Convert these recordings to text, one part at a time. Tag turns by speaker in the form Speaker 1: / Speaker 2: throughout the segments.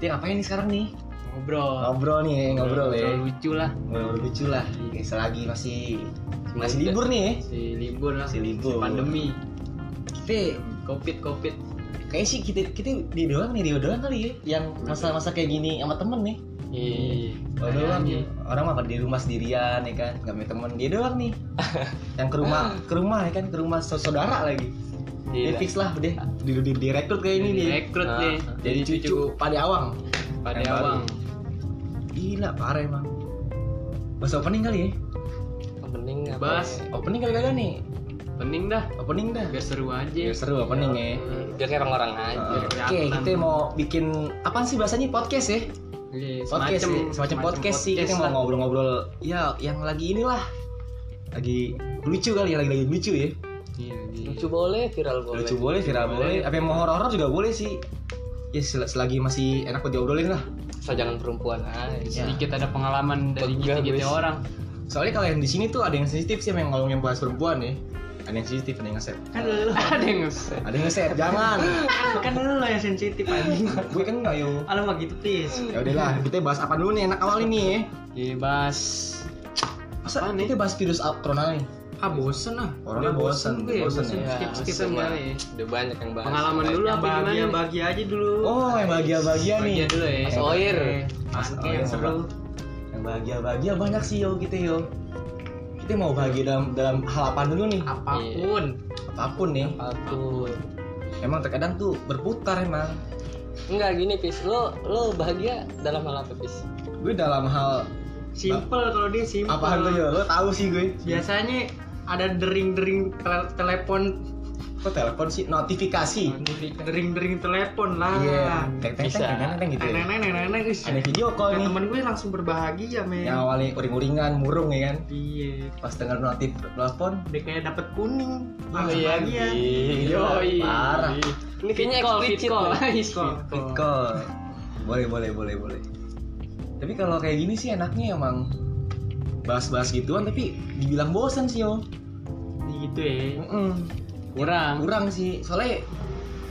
Speaker 1: Dia ngapain nih sekarang nih? Ngobrol.
Speaker 2: Ngobrol nih, Oh, ngobrol ya.
Speaker 1: lucu lah.
Speaker 2: Ngobrol lucu lah. Kayak selagi masih masih
Speaker 1: Udah.
Speaker 2: libur nih. ya?
Speaker 1: Si libur lah.
Speaker 2: Masih libur.
Speaker 1: Pandemi.
Speaker 2: Kita
Speaker 1: Covid Covid.
Speaker 2: kayaknya sih kita kita dia doang nih dia doang kali ya yang masa-masa kayak gini sama temen nih
Speaker 1: Iya.
Speaker 2: Gua Oh, doang ya? orang mah pada di rumah sendirian ya kan nggak punya temen dia doang nih yang ke rumah ke rumah ya kan ke rumah saudara lagi dia fix lah deh di di direkrut kayak ini nih
Speaker 1: Iya. Rekrut
Speaker 2: Nah,
Speaker 1: nih.
Speaker 2: jadi cucu pada awang
Speaker 1: Pada
Speaker 2: Yang baru.
Speaker 1: awang.
Speaker 2: gila parah emang bahasa opening kali ya
Speaker 3: Opening apa?
Speaker 1: Bahas.
Speaker 3: ya?
Speaker 2: opening kali kagak nih
Speaker 1: Pening dah.
Speaker 2: opening dah
Speaker 1: Biar seru
Speaker 2: ya,
Speaker 1: aja. Ah,
Speaker 2: seru opening ya
Speaker 3: Hmm, Biar kayak orang-orang aja.
Speaker 2: Uh, Oke,
Speaker 1: kelihatan.
Speaker 2: kita mau bikin apa sih bahasanya podcast ya?
Speaker 1: Iya,
Speaker 2: podcast sih, semacam, podcast, sih kita mau
Speaker 1: lah.
Speaker 2: ngobrol-ngobrol ya yang lagi inilah lagi lucu kali ya lagi lagi lucu ya
Speaker 1: Iya, iya.
Speaker 3: Lucu boleh, viral boleh.
Speaker 2: lucu boleh viral boleh apa yang mau horor-horor juga boleh sih ya sel- selagi masih enak buat diobrolin lah
Speaker 3: Asal jangan perempuan aja.
Speaker 2: Ya.
Speaker 1: Ah, iya. sedikit ada pengalaman dari
Speaker 3: Pegah,
Speaker 1: gitu-gitu
Speaker 3: wes.
Speaker 1: orang
Speaker 2: soalnya kalau yang di sini tuh ada yang sensitif sih sama yang ngomongin bahas perempuan ya ada yang sensitif ada yang ngeset
Speaker 4: Kan-
Speaker 1: ada yang ngeset
Speaker 2: ada yang ngeset jangan
Speaker 1: kan lu lah yang sensitif anjing
Speaker 2: gue kan nggak yuk
Speaker 1: kalau mah gitu please
Speaker 2: ya udahlah kita bahas apa dulu nih enak awal ini ya
Speaker 1: bebas
Speaker 2: masa
Speaker 1: Apaan nih?
Speaker 2: kita bahas virus al- corona nih
Speaker 1: ah bosen ah
Speaker 2: Orangnya
Speaker 1: Udah
Speaker 2: bosen,
Speaker 1: gue ya,
Speaker 2: bosen
Speaker 1: bosen
Speaker 2: ya.
Speaker 1: skip skipan
Speaker 3: Iya, semua.
Speaker 1: kali ya
Speaker 3: Udah banyak yang bahas.
Speaker 1: pengalaman dulu apa gimana
Speaker 4: bahagia aja dulu
Speaker 2: oh yang
Speaker 4: ya
Speaker 2: bahagia-bahagia nih
Speaker 1: bahagia dulu ya
Speaker 3: Mas Oir.
Speaker 1: Oke,
Speaker 2: Oir.
Speaker 1: yang seru
Speaker 2: yang bahagia-bahagia banyak sih yo kita yo kita mau bahagia dalam dalam hal apa dulu nih
Speaker 1: apapun
Speaker 2: apapun nih
Speaker 3: Apapun.
Speaker 2: emang terkadang tuh berputar emang
Speaker 3: Enggak gini, Pis. Lo lo bahagia dalam hal apa, Pis?
Speaker 2: gue dalam hal
Speaker 4: simple kalau dia simple
Speaker 2: apaan tuh yo lo tahu sih gue
Speaker 4: Iya. biasanya ada dering-dering tel- telepon
Speaker 2: kok telepon sih notifikasi
Speaker 4: dering-dering telepon lah
Speaker 2: Teng, teng,
Speaker 3: Bisa.
Speaker 2: teng, teng, teng, teng, Iya, gitu ya.
Speaker 4: nenek-nenek wis.
Speaker 2: ada video call nih
Speaker 4: temen gue langsung berbahagia men
Speaker 2: yang awalnya uring-uringan murung ya kan
Speaker 4: iya
Speaker 2: pas denger notif telepon
Speaker 4: udah kayak dapet kuning langsung bahagia
Speaker 1: yoi
Speaker 2: Parah.
Speaker 3: Ini kayaknya explicit. nih.
Speaker 4: Kok-
Speaker 2: Fit
Speaker 4: kok.
Speaker 2: call boleh boleh boleh boleh tapi kalau kayak gini sih enaknya emang bahas-bahas gituan tapi dibilang bosan sih yo
Speaker 4: gitu ya
Speaker 2: Mm-mm.
Speaker 1: kurang
Speaker 2: kurang sih soalnya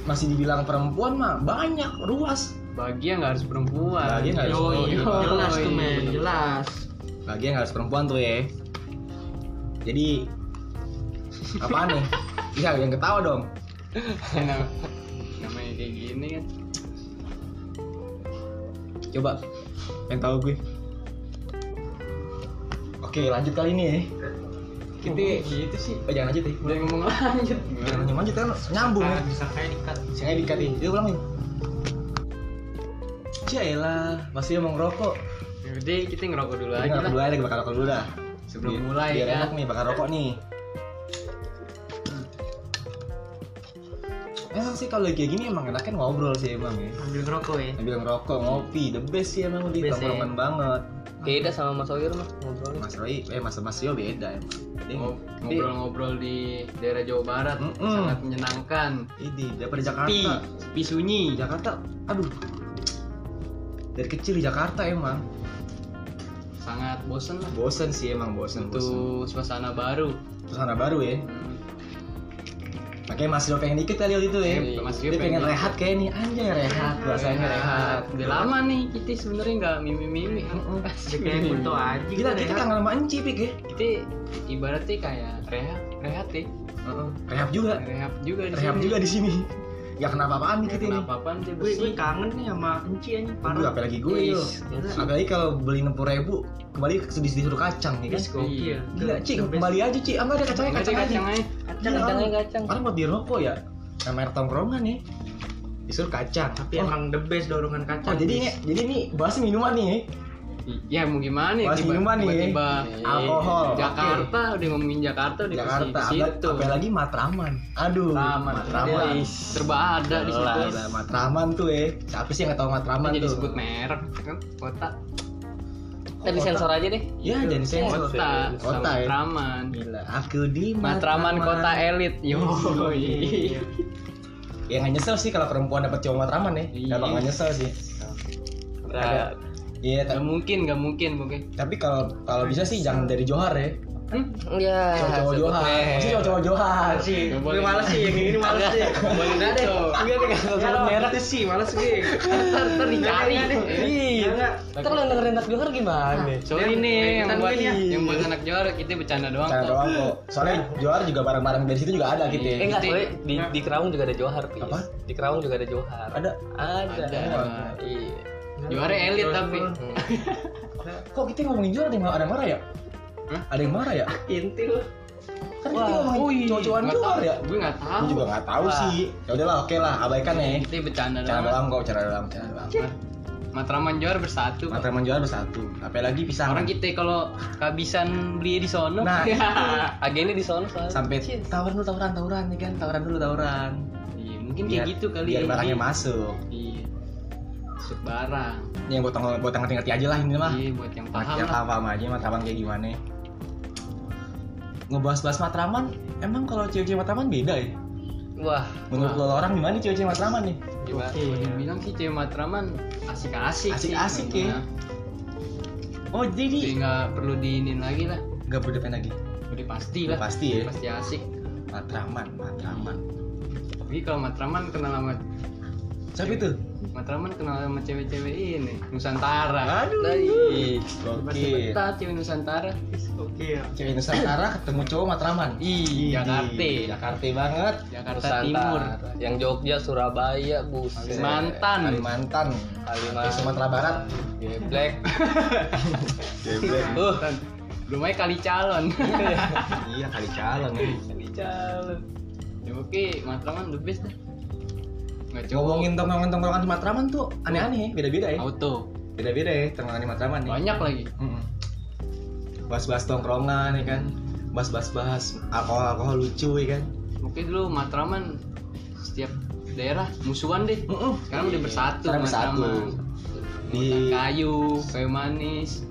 Speaker 2: masih dibilang perempuan mah banyak luas
Speaker 1: bahagia nggak harus perempuan
Speaker 2: Bahagia nggak harus
Speaker 1: Yoi.
Speaker 2: perempuan.
Speaker 4: jelas tuh
Speaker 1: Yoi.
Speaker 4: men jelas
Speaker 2: lagi yang harus perempuan tuh ya jadi apaan nih iya yang ketawa dong
Speaker 1: Enak. namanya kayak gini kan
Speaker 2: coba yang tahu gue oke lanjut kali ini ya kita
Speaker 3: Iya.
Speaker 1: gitu sih
Speaker 2: oh, jangan lanjut ya
Speaker 1: udah ngomong lanjut Ah.
Speaker 2: jangan lanjut kan nyambung ya
Speaker 4: Nah, bisa kayak dikat
Speaker 2: Saya dikatin, itu ulang nih. Cialah, masih mau ngerokok.
Speaker 4: Ya
Speaker 1: jadi kita ngerokok dulu
Speaker 2: Kita
Speaker 1: aja
Speaker 2: ngerokok
Speaker 1: lah
Speaker 2: dulu aja, kita bakar rokok dulu dah.
Speaker 1: Sebelum
Speaker 2: Biar-
Speaker 1: mulai,
Speaker 2: biar
Speaker 1: kan?
Speaker 2: enak nih, bakar rokok nih.
Speaker 1: Hmm.
Speaker 2: Emang sih kalau kayak gini emang enaknya ngobrol sih emang ya.
Speaker 4: ambil ngerokok ya
Speaker 2: Sambil ngerokok, ngopi, the best sih emang di
Speaker 4: Best,
Speaker 1: ya.
Speaker 2: tongkrongan banget.
Speaker 3: Beda sama Mas Oir mah ngobrolnya.
Speaker 2: Mas Roy, eh Mas Mas Yo beda emang. Ini
Speaker 1: Ngob- ngobrol-ngobrol di daerah Jawa Barat
Speaker 2: Mm-mm.
Speaker 1: sangat menyenangkan.
Speaker 2: ini daripada
Speaker 1: Sepi,
Speaker 2: Jakarta.
Speaker 1: sepi sunyi.
Speaker 2: Di Jakarta, aduh. Dari kecil di Jakarta emang.
Speaker 1: Sangat bosen lah.
Speaker 2: Bosen sih emang bosen. bosen.
Speaker 1: Itu suasana baru.
Speaker 2: Suasana baru ya.
Speaker 1: Hmm.
Speaker 2: Makanya Mas Rio pengen dikit kali waktu itu ya.
Speaker 1: Iya, Mas Rio
Speaker 2: Dia pengen
Speaker 1: pengen Iya,
Speaker 2: rehat kayak nih, anjay rehat, rasanya rehat.
Speaker 1: Udah lama nih kita sebenarnya nggak mimi-mimi.
Speaker 4: Udah Ya kayak
Speaker 1: Iya.
Speaker 2: gitu
Speaker 4: kunto aja
Speaker 2: Gila, kita kangen sama Enci, Pik ya.
Speaker 1: Kita ibaratnya kayak rehab, rehab ya.
Speaker 2: Rehab juga.
Speaker 1: Rehab juga Iya, di
Speaker 2: Rehab
Speaker 1: sini.
Speaker 2: juga di sini. Gak kenapa-apaan nih kita ini.
Speaker 1: Kenapa apaan sih
Speaker 4: gue
Speaker 1: besi?
Speaker 4: gue kangen nih sama Enci aja
Speaker 2: Aduh,
Speaker 4: parah
Speaker 2: apalagi gue
Speaker 1: Iya,
Speaker 2: yo.
Speaker 3: Is,
Speaker 2: Apalagi kalau beli 60 ribu, kembali sedih disuruh kacang ya kan.
Speaker 1: Iya,
Speaker 4: Yes, gokil.
Speaker 2: Gila, Ci,
Speaker 4: Iya, The best.
Speaker 2: kembali aja, Ci. Enggak ada kacangnya,
Speaker 1: Kacang
Speaker 2: kacang aja.
Speaker 1: kacang aja.
Speaker 3: Kacang,
Speaker 2: Iya.
Speaker 3: kacangnya kacang.
Speaker 2: Karena buat di rokok ya, namanya tongkrongan nih. Disuruh kacang.
Speaker 4: tapi
Speaker 2: Oh,
Speaker 4: emang the best dorongan
Speaker 2: Oh,
Speaker 4: kacang
Speaker 2: jadi ini, jadi ini bahas minuman nih. ya.
Speaker 1: Ya mau gimana ya?
Speaker 2: Bahas
Speaker 1: tiba-
Speaker 2: minuman nih.
Speaker 1: Tiba-tiba Iya,
Speaker 2: Alkohol.
Speaker 1: Jakarta udah ngomongin Jakarta udah
Speaker 2: Jakarta,
Speaker 1: ke situ.
Speaker 2: apa lagi Matraman. Aduh,
Speaker 1: Matraman. iya.
Speaker 2: Matraman.
Speaker 1: Is, Serba ada di situ.
Speaker 2: Gila, gila, Matraman tuh eh. Siapa sih yang nggak tahu Matraman
Speaker 1: Kan jadi
Speaker 2: tuh?
Speaker 1: sebut merek kan kota
Speaker 3: Kita disensor aja deh.
Speaker 2: Ya, jadi sensor.
Speaker 1: kota
Speaker 2: Kota,
Speaker 1: sama
Speaker 2: ya.
Speaker 1: Matraman.
Speaker 2: Gila, aku di
Speaker 1: Matraman kota eh. elit. Yo.
Speaker 4: Iya.
Speaker 2: Ya nggak nyesel sih kalau perempuan dapat cowok Matraman ya.
Speaker 1: Iya.
Speaker 2: Kalau nggak nyesel sih.
Speaker 3: Berat.
Speaker 2: Iya,
Speaker 1: Gak
Speaker 2: ta-
Speaker 1: Iya. mungkin, gak mungkin, oke.
Speaker 2: tapi kalau kalau bisa sih jangan dari Johar ya.
Speaker 3: Iya.
Speaker 1: Eh,
Speaker 2: cowok-cowok Johan
Speaker 3: sebetulnya.
Speaker 2: pasti cowok-cowok Johan sih
Speaker 1: Nggak boleh.
Speaker 4: Gue males Ah, sih, yang ini males sih. Nggak
Speaker 3: Boleh
Speaker 4: deh.
Speaker 1: Iya,
Speaker 3: Enggak deh, enggak
Speaker 4: Nggak,
Speaker 3: usah merah.
Speaker 4: itu sih, males gue. Ntar ntar dicari.
Speaker 3: Nggak, nggak, nggak.
Speaker 4: Iya. Nggak.
Speaker 3: Ntar lo denger Renat Johar gimana?
Speaker 1: Sorry
Speaker 4: Yang
Speaker 1: nih yang
Speaker 4: tangan
Speaker 1: buat
Speaker 4: ini ya.
Speaker 1: yang buat anak juara kita bercanda doang.
Speaker 2: Cara
Speaker 1: kok.
Speaker 2: doang kok. Soalnya Johar juga bareng-bareng dari situ juga ada gitu
Speaker 3: Eh
Speaker 1: Iya.
Speaker 2: ya.
Speaker 3: enggak, soalnya di, di Kerawang juga ada Johar, Pis.
Speaker 2: Apa?
Speaker 3: Di Kerawang juga ada Johar.
Speaker 2: Ada.
Speaker 3: Ada.
Speaker 1: Ada.
Speaker 3: Iya.
Speaker 1: Juara elit tapi.
Speaker 2: Kok kita ngomongin Johar ada yang ada yang marah ya?
Speaker 1: Hah?
Speaker 2: Ada yang marah ya?
Speaker 4: Intil.
Speaker 2: Kan
Speaker 3: Wah,
Speaker 2: kita ngomongin cowok-cowokan
Speaker 1: Nggak
Speaker 2: Johar
Speaker 1: tahu,
Speaker 2: ya?
Speaker 1: Gue nggak tahu.
Speaker 2: Gue juga nggak tahu
Speaker 3: Wah.
Speaker 2: sih. Ya udahlah, oke lah, abaikan ya.
Speaker 1: Kita bercanda
Speaker 2: Cara
Speaker 1: doang.
Speaker 2: doang kok, cara doang, cara doang.
Speaker 1: Mat- Matraman juara bersatu. Kok.
Speaker 2: Matraman Johar bersatu. Apalagi pisang.
Speaker 1: Orang gitu. kita kalau kehabisan beli di sono.
Speaker 2: Nah,
Speaker 3: Agennya di sono soalnya.
Speaker 2: sampai tawuran dulu tawuran tawuran nih kan tawuran dulu tawuran
Speaker 1: Iya, mungkin
Speaker 2: Biar-
Speaker 1: kayak gitu kali.
Speaker 2: biar
Speaker 1: ya.
Speaker 2: barangnya masuk
Speaker 1: Iya. Masuk barang.
Speaker 2: ini yang gotong gotong ngerti ngerti aja lah ini mah
Speaker 1: Iya, buat yang paham
Speaker 2: Makin
Speaker 1: lah.
Speaker 2: paham aja matraman kayak gimana ngebahas-bahas matraman emang kalau cewek-cewek matraman beda ya
Speaker 3: Wah.
Speaker 2: menurut lo orang gimana nih cewek-cewek matraman nih
Speaker 3: Gimana?
Speaker 1: Oke, bilang sih cewek Matraman asik-asik. sih
Speaker 2: Asik-asik ya.
Speaker 1: memang
Speaker 2: oh
Speaker 1: Jadi
Speaker 2: jadi
Speaker 1: nggak perlu diinin lagi lah.
Speaker 2: nggak berdepan lagi
Speaker 1: Udah pasti
Speaker 2: Udah
Speaker 1: lah.
Speaker 2: pasti ya
Speaker 1: Pasti asik.
Speaker 2: matraman matraman
Speaker 1: Tapi kalau Matraman kenal sama
Speaker 2: siapa itu
Speaker 1: Matraman kenal sama cewek-cewek ini Nusantara. Iya.
Speaker 2: aduh Iya.
Speaker 3: Dari.
Speaker 1: Pasti
Speaker 2: Oke.
Speaker 1: betah cewek Nusantara.
Speaker 4: Oke.
Speaker 2: cewek Nusantara ketemu cowok matraman Iya.
Speaker 1: Ih, Iya, Jakarta.
Speaker 2: Jakarta banget
Speaker 1: Jakarta
Speaker 3: Nusantara. Uh.
Speaker 1: Timur.
Speaker 3: Yang Jogja, Surabaya, buset.
Speaker 1: Kalimantan.
Speaker 2: Kalimantan
Speaker 3: Kalimantan.
Speaker 2: Sumatera Barat
Speaker 3: Geblek.
Speaker 2: Geblek.
Speaker 3: Uh.
Speaker 1: Belum aja kali calon.
Speaker 2: iya kali calon ya.
Speaker 1: ya oke, Matraman the best deh. Nggak cowok.
Speaker 2: ngomongin tongkrongan tongkrongan Matraman tuh aneh-aneh ya beda beda ya
Speaker 1: auto.
Speaker 2: beda beda ya tongkrongan di Matraman ya
Speaker 1: Banyak lagi.
Speaker 2: Mm-mm. bahas-bahas tongkrongan ya kan bahas-bahas bahas alkohol alkohol lucu ya kan
Speaker 1: Oke dulu Matraman setiap daerah musuhan deh.
Speaker 2: Mm-mm.
Speaker 1: Sekarang udah bersatu
Speaker 2: Sekarang bersatu. Iya.
Speaker 1: Di
Speaker 2: Di-
Speaker 1: kayu, kayu manis.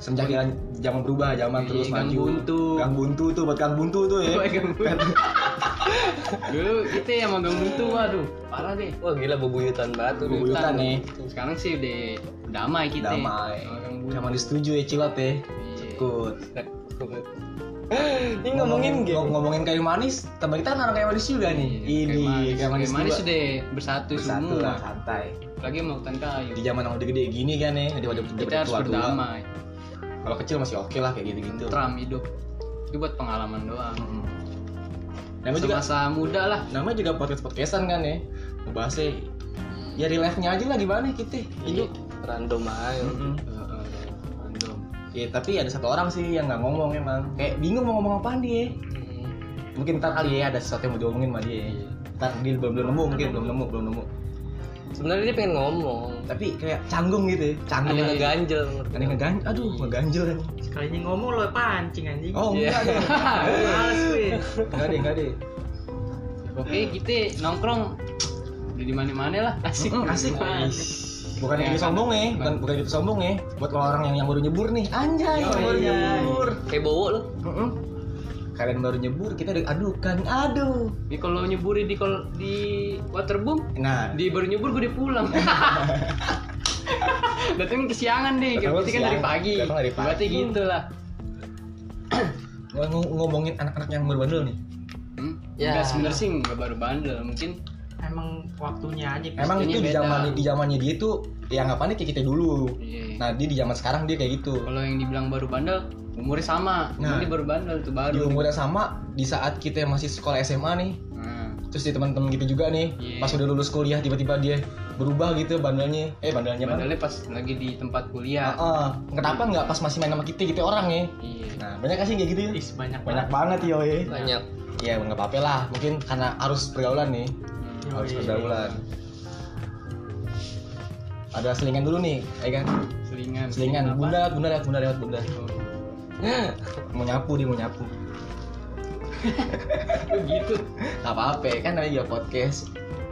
Speaker 2: semenjak jalan zaman berubah zaman
Speaker 1: Iya,
Speaker 2: terus
Speaker 1: Gang
Speaker 2: maju
Speaker 1: Buntu.
Speaker 2: gang buntu tuh buat gang buntu tuh ya
Speaker 1: Wah, Gang Buntu. Dulu kita yang magang buntu waduh, parah deh.
Speaker 3: Wah gila bebuyutan batu nih.
Speaker 2: bubuyutan nih
Speaker 1: Sekarang sih udah damai kita.
Speaker 2: ya. damai
Speaker 1: Magang buntu.
Speaker 2: zaman disetujui ya cilat ya Ikut.
Speaker 3: Ini ngomongin
Speaker 2: Ngomong-
Speaker 3: game.
Speaker 2: ngomongin kayu manis tambah kita kan orang kayu manis juga nih
Speaker 1: Iya, kayu manis.
Speaker 2: kayu
Speaker 1: Kayu manis
Speaker 2: juga.
Speaker 1: sudah bersatu,
Speaker 2: bersatu
Speaker 1: semua.
Speaker 2: lah santai
Speaker 1: Lagi mau hutan kayu.
Speaker 2: di zaman yang udah gede gini kan ya udah udah
Speaker 1: Kita harus berdamai.
Speaker 2: kalau kecil masih oke lah kayak gitu gitu
Speaker 1: Tentram hidup. Itu buat pengalaman doang.
Speaker 2: namanya juga
Speaker 1: Masa muda lah.
Speaker 2: namanya juga podcast podcastan kan ya ngebahasnya ya relief nya aja lah gimana kita
Speaker 3: Ini
Speaker 2: hidup
Speaker 3: random aja.
Speaker 2: Mm-mm.
Speaker 1: Heeh, random.
Speaker 2: ya tapi ada satu orang sih yang nggak ngomong emang kayak bingung mau ngomong apaan dia mungkin ntar kali ya ada sesuatu yang mau diomongin sama dia
Speaker 3: Iya.
Speaker 2: ntar dia belum belum nemu mungkin belum nemu belum nemu
Speaker 3: Sebenarnya dia pengen ngomong.
Speaker 2: tapi kayak canggung gitu ya
Speaker 3: Ada
Speaker 2: canggung
Speaker 3: yang
Speaker 2: aja.
Speaker 3: ngeganjel. menurut
Speaker 2: ada yang
Speaker 3: gua.
Speaker 2: ngeganjel aduh ngeganjel kan
Speaker 4: Sekalinya ngomong lo pancing anjing.
Speaker 2: oh
Speaker 3: Iya.
Speaker 2: enggak deh
Speaker 4: Males gue.
Speaker 2: enggak deh enggak deh
Speaker 1: Oke,
Speaker 2: Hmm.
Speaker 1: kita nongkrong udah di mana-mana lah. Asik.
Speaker 2: Mm, asik.
Speaker 1: Asik.
Speaker 2: Bukan
Speaker 1: Ya,
Speaker 2: itu
Speaker 1: kan?
Speaker 2: sombong ya, bukan bukan itu sombong ya. Buat orang yang yang baru nyebur nih, anjay,
Speaker 1: Yoi.
Speaker 2: yang baru nyebur.
Speaker 3: Kayak bowo lo.
Speaker 2: Mm-mm. Kalian baru nyebur, kita diadukan, aduh.
Speaker 1: Ini kalau nyeburi di kol di waterboom,
Speaker 2: Nah,
Speaker 1: di baru nyebur gue udah pulang. Datang kesiangan deh,
Speaker 2: Datang
Speaker 1: berarti kan dari
Speaker 2: kesiangan.
Speaker 1: pagi.
Speaker 2: Datang dari pagi.
Speaker 1: Berarti gitu lah.
Speaker 2: ng- ng- ngomongin anak-anak yang baru bandel nih.
Speaker 1: Hmm?
Speaker 3: Ya.
Speaker 1: Enggak sebenarnya sih nggak baru bandel, mungkin
Speaker 4: Emang waktunya aja. Kak.
Speaker 2: Emang
Speaker 1: Pastinya
Speaker 2: itu di
Speaker 1: beda.
Speaker 2: zaman di zamannya dia tuh ya anggapannya kayak kita dulu.
Speaker 1: iya.
Speaker 2: Nah, dia di zaman sekarang dia kayak gitu.
Speaker 1: kalau yang dibilang baru bandel, umurnya sama.
Speaker 2: Nah.
Speaker 1: Ini baru bandel tuh
Speaker 2: Di
Speaker 1: baru.
Speaker 2: umur yang sama, di saat kita masih sekolah SMA nih,
Speaker 1: Nah,
Speaker 2: terus di teman-teman gitu juga nih,
Speaker 1: Iya.
Speaker 2: pas udah lulus kuliah tiba-tiba dia berubah gitu bandelnya. Eh, bandelnya apa?
Speaker 1: bandelnya pas lagi di tempat kuliah.
Speaker 2: Heeh. Kenapa nggak pas masih main sama kita gitu orang ya?
Speaker 1: Iya.
Speaker 2: Nah, banyak gak sih kayak gitu?
Speaker 4: Is banyak
Speaker 2: Banyak banget yo ya.
Speaker 3: Banyak.
Speaker 2: Ya nggak apa-apa lah, mungkin karena arus pergaulan nih,
Speaker 1: Hmm.
Speaker 2: arus pergaulan. Ada selingan dulu nih, ya kan?
Speaker 1: Selingan.
Speaker 2: Selingan,
Speaker 1: Apa?
Speaker 2: bunda, bunda lewat, bunda lewat, bunda. Mau nyapu dia mau nyapu.
Speaker 1: Oh, gitu.
Speaker 2: Gak apa-apa, kan namanya juga podcast.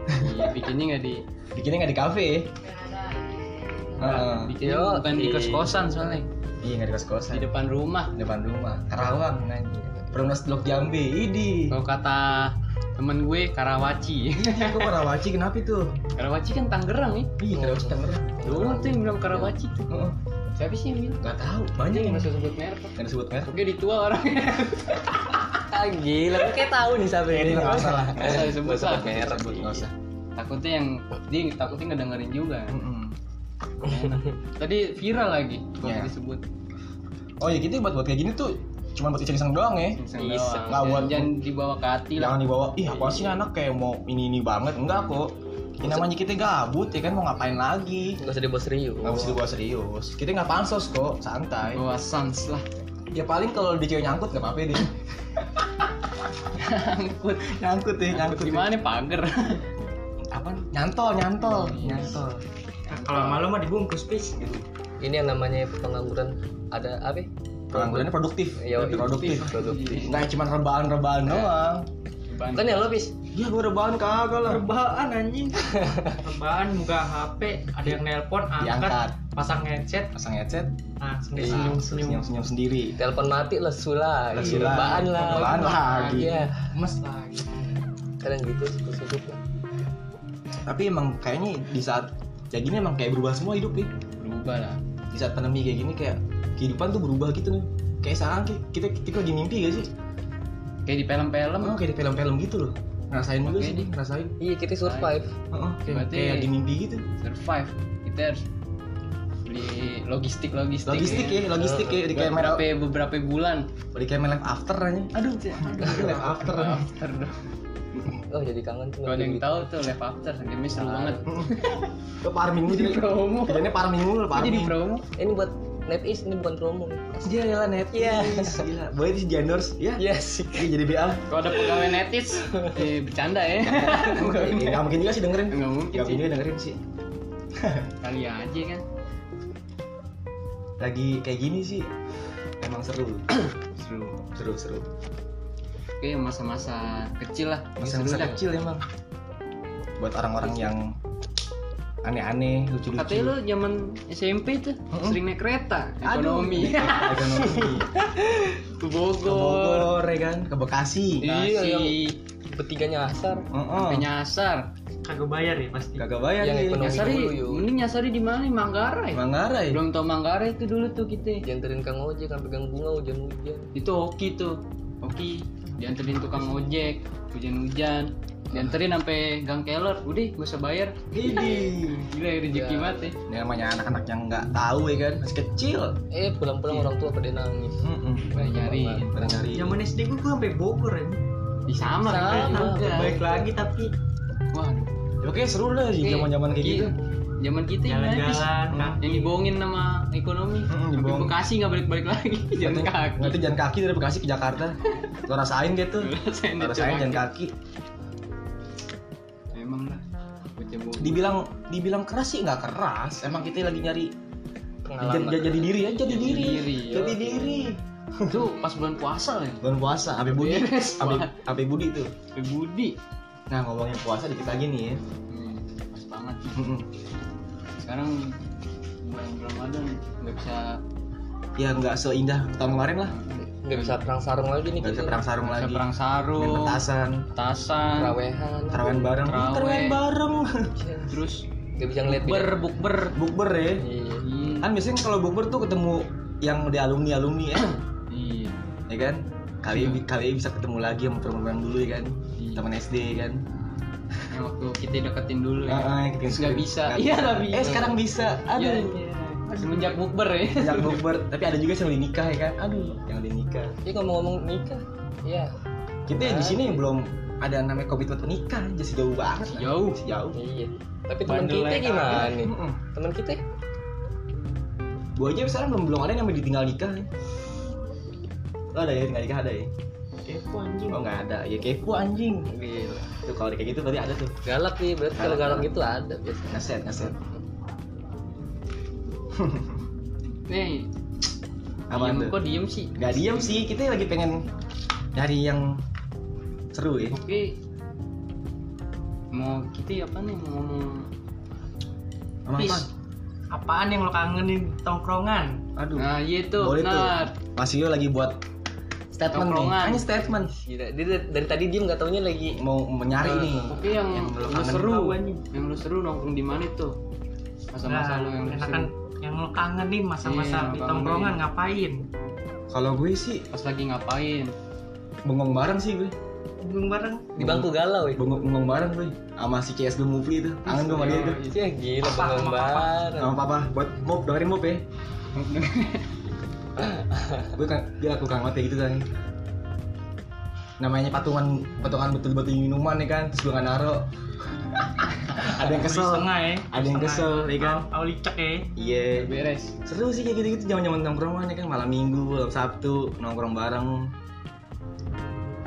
Speaker 1: Iya, bikinnya nggak di
Speaker 2: Bikinnya nggak di kafe. ya? Heeh.
Speaker 1: bikinnya
Speaker 3: Yo,
Speaker 1: bukan di
Speaker 3: iya.
Speaker 1: kos-kosan soalnya
Speaker 2: Iya nggak di kos kosan.
Speaker 1: di depan rumah
Speaker 2: Depan rumah, Karawang nanya. Perumnas Blok Jambi, idi.
Speaker 1: kalau kata temen gue Karawaci
Speaker 2: Iya, kok Karawaci kenapa itu?
Speaker 1: Karawaci kan Tangerang ya
Speaker 2: Iya, Karawaci Tangerang.
Speaker 1: dulu tuh yang bilang Karawaci tuh
Speaker 2: Heeh.
Speaker 1: Siapa sih yang bilang?
Speaker 2: Gak tahu banyak
Speaker 1: Ini
Speaker 2: yang
Speaker 1: nggak
Speaker 2: masuk.
Speaker 1: usah sebut merek.
Speaker 2: Gak disebut merek.
Speaker 1: Oke ditua orangnya.
Speaker 3: Ah, gila, gue kayak tahu nih siapa ini.
Speaker 2: Nggak usah lah.
Speaker 1: Nggak usah disebut
Speaker 2: Nggak usah
Speaker 1: lah.
Speaker 2: merek, nggak usah.
Speaker 1: Takutnya yang dia takutnya ngedengerin juga.
Speaker 2: Mm-mm.
Speaker 1: Tadi viral lagi kalau
Speaker 2: Iya.
Speaker 1: disebut.
Speaker 2: Oh ya gitu buat buat kayak gini tuh cuma buat iseng-iseng doang ya.
Speaker 3: Iseng.
Speaker 1: Iseng doang.
Speaker 2: Nggak buat-
Speaker 1: Jangan, jangan dibawa ke hati lah.
Speaker 2: Jangan dibawa. Ih apa sih ini anak kayak mau ini ini banget enggak kok. Ini namanya kita gabut ya kan mau ngapain lagi?
Speaker 3: Gak usah dibawa serius.
Speaker 2: Nggak mesti gua serius. Kita nggak pansos kok, santai.
Speaker 1: Bawa sans lah.
Speaker 2: Ya paling kalau di cewek nyangkut nggak apa-apa deh.
Speaker 1: Angkut.
Speaker 2: nyangkut deh, nyangkut. deh.
Speaker 1: Gimana pagar?
Speaker 2: Apa? Nyantol, nyantol,
Speaker 1: Iya.
Speaker 2: nyantol.
Speaker 4: Nah, kalau malu mah dibungkus bis gitu.
Speaker 3: Ini yang namanya pengangguran ada apa? ya?
Speaker 2: Penganggurannya produktif.
Speaker 3: Iya,
Speaker 2: Lebih produktif. Nah,
Speaker 3: Produktif. Iya.
Speaker 2: Nggak cuma rebahan-rebahan doang.
Speaker 3: Bukan ya lo, Pis?
Speaker 2: Ya gua rebahan kagak lah.
Speaker 4: Rebahan anjing. Rebahan buka HP, ada yang nelpon angkat,
Speaker 2: Diangkat.
Speaker 4: pasang headset,
Speaker 2: Pasang headset,
Speaker 4: nah
Speaker 2: Iya,
Speaker 4: sendiri
Speaker 2: senyum
Speaker 4: senyum-senyum.
Speaker 2: senyum sendiri.
Speaker 3: Telepon mati lesu lah,
Speaker 2: Lesu lah.
Speaker 3: Iya,
Speaker 2: gitu.
Speaker 3: rebahan lah.
Speaker 2: Rebahan lagi.
Speaker 3: Iya,
Speaker 4: Gemes lagi.
Speaker 3: kadang gitu cukup-cukup.
Speaker 2: Tapi emang kayaknya di saat kayak gini emang kayak berubah semua hidup nih.
Speaker 1: Berubah lah.
Speaker 2: Di saat pandemi kayak gini kayak kehidupan tuh berubah gitu nih. Kayak sekarang ki- kita kita lagi mimpi gak sih?
Speaker 1: Kayak di film-film.
Speaker 2: Emang kayak di film-film gitu loh. Ngerasain juga
Speaker 1: Oke,
Speaker 2: sih,
Speaker 1: nih.
Speaker 2: ngerasain.
Speaker 3: Iya, kita survive.
Speaker 2: Heeh, kayak,
Speaker 1: Berarti-
Speaker 2: kayak di mimpi gitu.
Speaker 1: survive kita harus beli logistik logistik
Speaker 2: Logistik ya, logistik ya di
Speaker 1: kayak
Speaker 2: kamera
Speaker 1: beberapa beberapa bulan
Speaker 2: di kamera live after aja. Aduh, live Iya, after.
Speaker 1: after dong.
Speaker 3: Oh, jadi kangen tuh.
Speaker 1: kalau ada yang tahu tuh live after gamenya seru
Speaker 3: Ah.
Speaker 1: banget
Speaker 2: Ke parming gitu.
Speaker 1: jadi promo
Speaker 2: Kerjanya parming mulu,
Speaker 1: Kok jadi
Speaker 2: parming.
Speaker 1: promo
Speaker 3: Ini buat netis, ini bukan promo.
Speaker 2: Iya ya net. Iya. Gila. Boleh di Janors ya.
Speaker 3: Yes.
Speaker 2: Iya, jadi BA.
Speaker 1: kalau ada pegawai netis eh, bercanda ya
Speaker 2: Enggak Iya, mungkin juga sih dengerin.
Speaker 1: nggak
Speaker 2: Enggak
Speaker 1: mungkin
Speaker 2: mungkin
Speaker 1: sih
Speaker 2: juga dengerin sih.
Speaker 1: kali aja kan
Speaker 2: Lagi kayak gini sih. Emang seru.
Speaker 1: seru
Speaker 2: seru seru.
Speaker 1: oke masa-masa kecil lah Ini seru
Speaker 2: Masa-masa
Speaker 1: lah.
Speaker 2: kecil emang. Buat orang-orang yang aneh-aneh, lucu-lucu.
Speaker 1: katanya lu zaman SMP tuh
Speaker 2: Mm-mm.
Speaker 1: sering naik kereta
Speaker 2: Aduh.
Speaker 1: ekonomi
Speaker 2: ekonomi. Ke
Speaker 1: ke Bogor
Speaker 2: Bogor, ya kan? Ke Bekasi.
Speaker 3: Iya,
Speaker 1: Bekasi,
Speaker 3: Bertiga nyasar.
Speaker 2: Heeh.
Speaker 1: ke Nyasar
Speaker 4: Kagak bayar ya pasti.
Speaker 2: Kagak bayar
Speaker 3: Yang
Speaker 2: nih.
Speaker 3: ekonomi.
Speaker 1: Nyasari,
Speaker 3: dulu, yuk.
Speaker 1: mending Nyasari di mana? Manggarai.
Speaker 2: Manggarai.
Speaker 1: Belum tau Manggarai itu dulu tuh kita.
Speaker 3: Dianterin Kang Ojek sampai Gang Bunga hujan-hujan.
Speaker 1: Itu Oki tuh. Oki dianterin tukang ojek, hujan-hujan. Dianterin sampai Gang Keller. Udah, gak usah bayar.
Speaker 2: Ini.
Speaker 1: Gila ya rezeki
Speaker 3: Ya.
Speaker 1: banget ya.
Speaker 2: Ini namanya anak-anak yang nggak tahu ya kan, masih kecil.
Speaker 3: Eh,
Speaker 1: Iya.
Speaker 3: pulang-pulang orang tua pada nangis.
Speaker 2: Heeh.
Speaker 1: Nah, nyari
Speaker 2: Pada nyari.
Speaker 4: Zaman SD gue gue sampai Bogor anjing.
Speaker 1: di
Speaker 3: Samar.
Speaker 1: Samar kan?
Speaker 3: Iya,
Speaker 4: Nah,
Speaker 3: iya.
Speaker 4: balik lagi tapi
Speaker 1: Waduh.
Speaker 2: Oke, Ya, seru lah di
Speaker 1: Oke,
Speaker 2: zaman-zaman kayak
Speaker 1: Ki,
Speaker 2: gitu.
Speaker 1: Zaman kita gimana sih?
Speaker 4: jalan-jalan
Speaker 2: Hmm.
Speaker 1: Yang
Speaker 4: kaki.
Speaker 1: dibohongin sama ekonomi.
Speaker 2: Mm-mm,
Speaker 1: Sampai
Speaker 2: dibohong.
Speaker 1: Bekasi nggak balik-balik lagi. Iya, Jalan
Speaker 2: Nanti-
Speaker 1: kaki.
Speaker 2: Nanti jalan kaki dari Bekasi ke Jakarta. Lo rasain deh tuh.
Speaker 1: Rasain
Speaker 2: Lo
Speaker 1: deh,
Speaker 2: rasain
Speaker 1: coba.
Speaker 2: jalan kaki.
Speaker 1: Emang lah. Bocah bohong.
Speaker 2: Dibilang dibilang keras sih nggak keras. Emang kita lagi nyari jadi,
Speaker 3: Pengalaman.
Speaker 2: jadi- jadi diri ya, jadi
Speaker 1: Iya. Jadi
Speaker 2: diri.
Speaker 1: diri, yo.
Speaker 2: Jadi diri.
Speaker 1: Itu pas bulan puasa ya.
Speaker 2: Bulan puasa, Abe Budi.
Speaker 1: Beres,
Speaker 2: Abe
Speaker 1: Wak.
Speaker 2: Abe Budi tuh.
Speaker 1: Ke Budi.
Speaker 2: Nah, ngomongin puasa dikit lagi nih ya.
Speaker 1: Hmm, pas banget nih.
Speaker 2: Mm-mm.
Speaker 1: sekarang bulan Ramadan nggak bisa
Speaker 2: Ya nggak seindah tahun kemarin lah.
Speaker 3: Nggak bisa perang sarung lagi nih.
Speaker 2: Nggak bisa perang sarung
Speaker 1: nggak bisa
Speaker 2: lagi.
Speaker 1: perang
Speaker 2: Main
Speaker 1: sarung
Speaker 2: petasan,
Speaker 1: petasan
Speaker 3: Rawehan.
Speaker 2: tarawan bareng.
Speaker 1: Terawih.
Speaker 2: Tarawan bareng.
Speaker 1: terus
Speaker 3: Nggak bisa ngeliat
Speaker 1: bukber bukber
Speaker 2: Bukber ya.
Speaker 3: Iya.
Speaker 1: iya
Speaker 2: Kan biasanya kalau bukber tuh ketemu yang di alumni alumni ya,
Speaker 1: iya
Speaker 2: ya kan? Kali ini kali ini bisa ketemu lagi sama teman-teman dulu ya kan,
Speaker 1: Iya.
Speaker 2: teman SD ya kan.
Speaker 1: yang waktu kita deketin dulu
Speaker 2: Heeh,
Speaker 1: ya
Speaker 2: yang kita-
Speaker 1: terus nggak bisa iya nggak bisa
Speaker 2: Eh sekarang bisa.
Speaker 1: Iya,
Speaker 2: Aduh.
Speaker 1: iya. semenjak bukber ya
Speaker 2: Sejak bukber, tapi ada juga yang udah nikah ya kan. Aduh, yang udah nikah.
Speaker 3: Ini ngomong-ngomong nikah. Iya.
Speaker 2: Kita di sini belum ada namanya komitmen nikah, jadi sejauh banget. lah.
Speaker 1: jauh Ah,
Speaker 2: Masih jauh.
Speaker 3: Iya. Tapi teman
Speaker 1: Bandel
Speaker 3: kita
Speaker 1: naik
Speaker 3: gimana nih?
Speaker 2: Heeh.
Speaker 3: Teman kita
Speaker 2: Gua aja sekarang belum belum ada yang namanya ditinggal nikah. Ya. Lo ada ya tinggal nikah ada ya?
Speaker 4: kepo anjing.
Speaker 2: Oh nggak ada, ya kepo anjing.
Speaker 3: Gila.
Speaker 2: Tuh kalau kayak gitu berarti ada tuh.
Speaker 3: galak nih, berarti kalau galak gitu ada biasa.
Speaker 2: Ngeset, ngeset.
Speaker 1: nih
Speaker 2: Apaan
Speaker 1: diem,
Speaker 2: tuh?
Speaker 1: Eh, kok diem sih
Speaker 2: Gak diem sih, kita lagi pengen dari yang seru ya.
Speaker 1: oke mau kita ya, apa nih mau ngomong
Speaker 2: Sama
Speaker 1: Peace.
Speaker 2: apaan?
Speaker 4: Apaan yang lo kangenin tongkrongan?
Speaker 2: Aduh.
Speaker 1: nah iya tuh
Speaker 2: boleh tuh.
Speaker 1: nah
Speaker 2: Masih lo lagi buat statement nih.
Speaker 1: Tongkrongan.
Speaker 2: Ini statement.
Speaker 3: Gila, dia dari- dari tadi diem nggak taunya lagi
Speaker 2: Mau menyari nih.
Speaker 1: Oke yang,
Speaker 2: Yang lu
Speaker 1: lu
Speaker 2: kangenin
Speaker 1: seru,
Speaker 4: tau, anjing.
Speaker 1: yang lu seru nongkrong di mana itu? Masa-masa
Speaker 4: Nah,
Speaker 1: lu yang lu
Speaker 4: enakan
Speaker 1: seru.
Speaker 4: yang lo kangenin masa-masa
Speaker 1: Iya,
Speaker 4: di
Speaker 1: kangenin.
Speaker 4: tongkrongan ngapain
Speaker 2: Kalau gue sih
Speaker 1: pas lagi ngapain
Speaker 2: bengong bareng sih gue.
Speaker 4: Bingung bareng
Speaker 3: di bangku galau ya
Speaker 2: Bengong, bengong bareng gue sama si CS gue Mufli itu. Kangen gue sama dia tuh.
Speaker 3: Iya gila
Speaker 4: Papa, sama papa.
Speaker 3: penggambar
Speaker 2: Sama papa buat mop dengerin mop ya. gue kan dia aku kangen banget ya gitu kan. Namanya patungan patungan betul-betul minuman ya kan. Terus gue gak naro. ada yang kesel.
Speaker 4: Beli setengah ya
Speaker 2: Ada yang kesel ya kan.
Speaker 4: Aku licek ya
Speaker 2: Iya.
Speaker 1: beres
Speaker 2: seru sih kayak gitu-gitu zaman-zaman nongkrongan ya kan malam minggu malam sabtu nongkrong bareng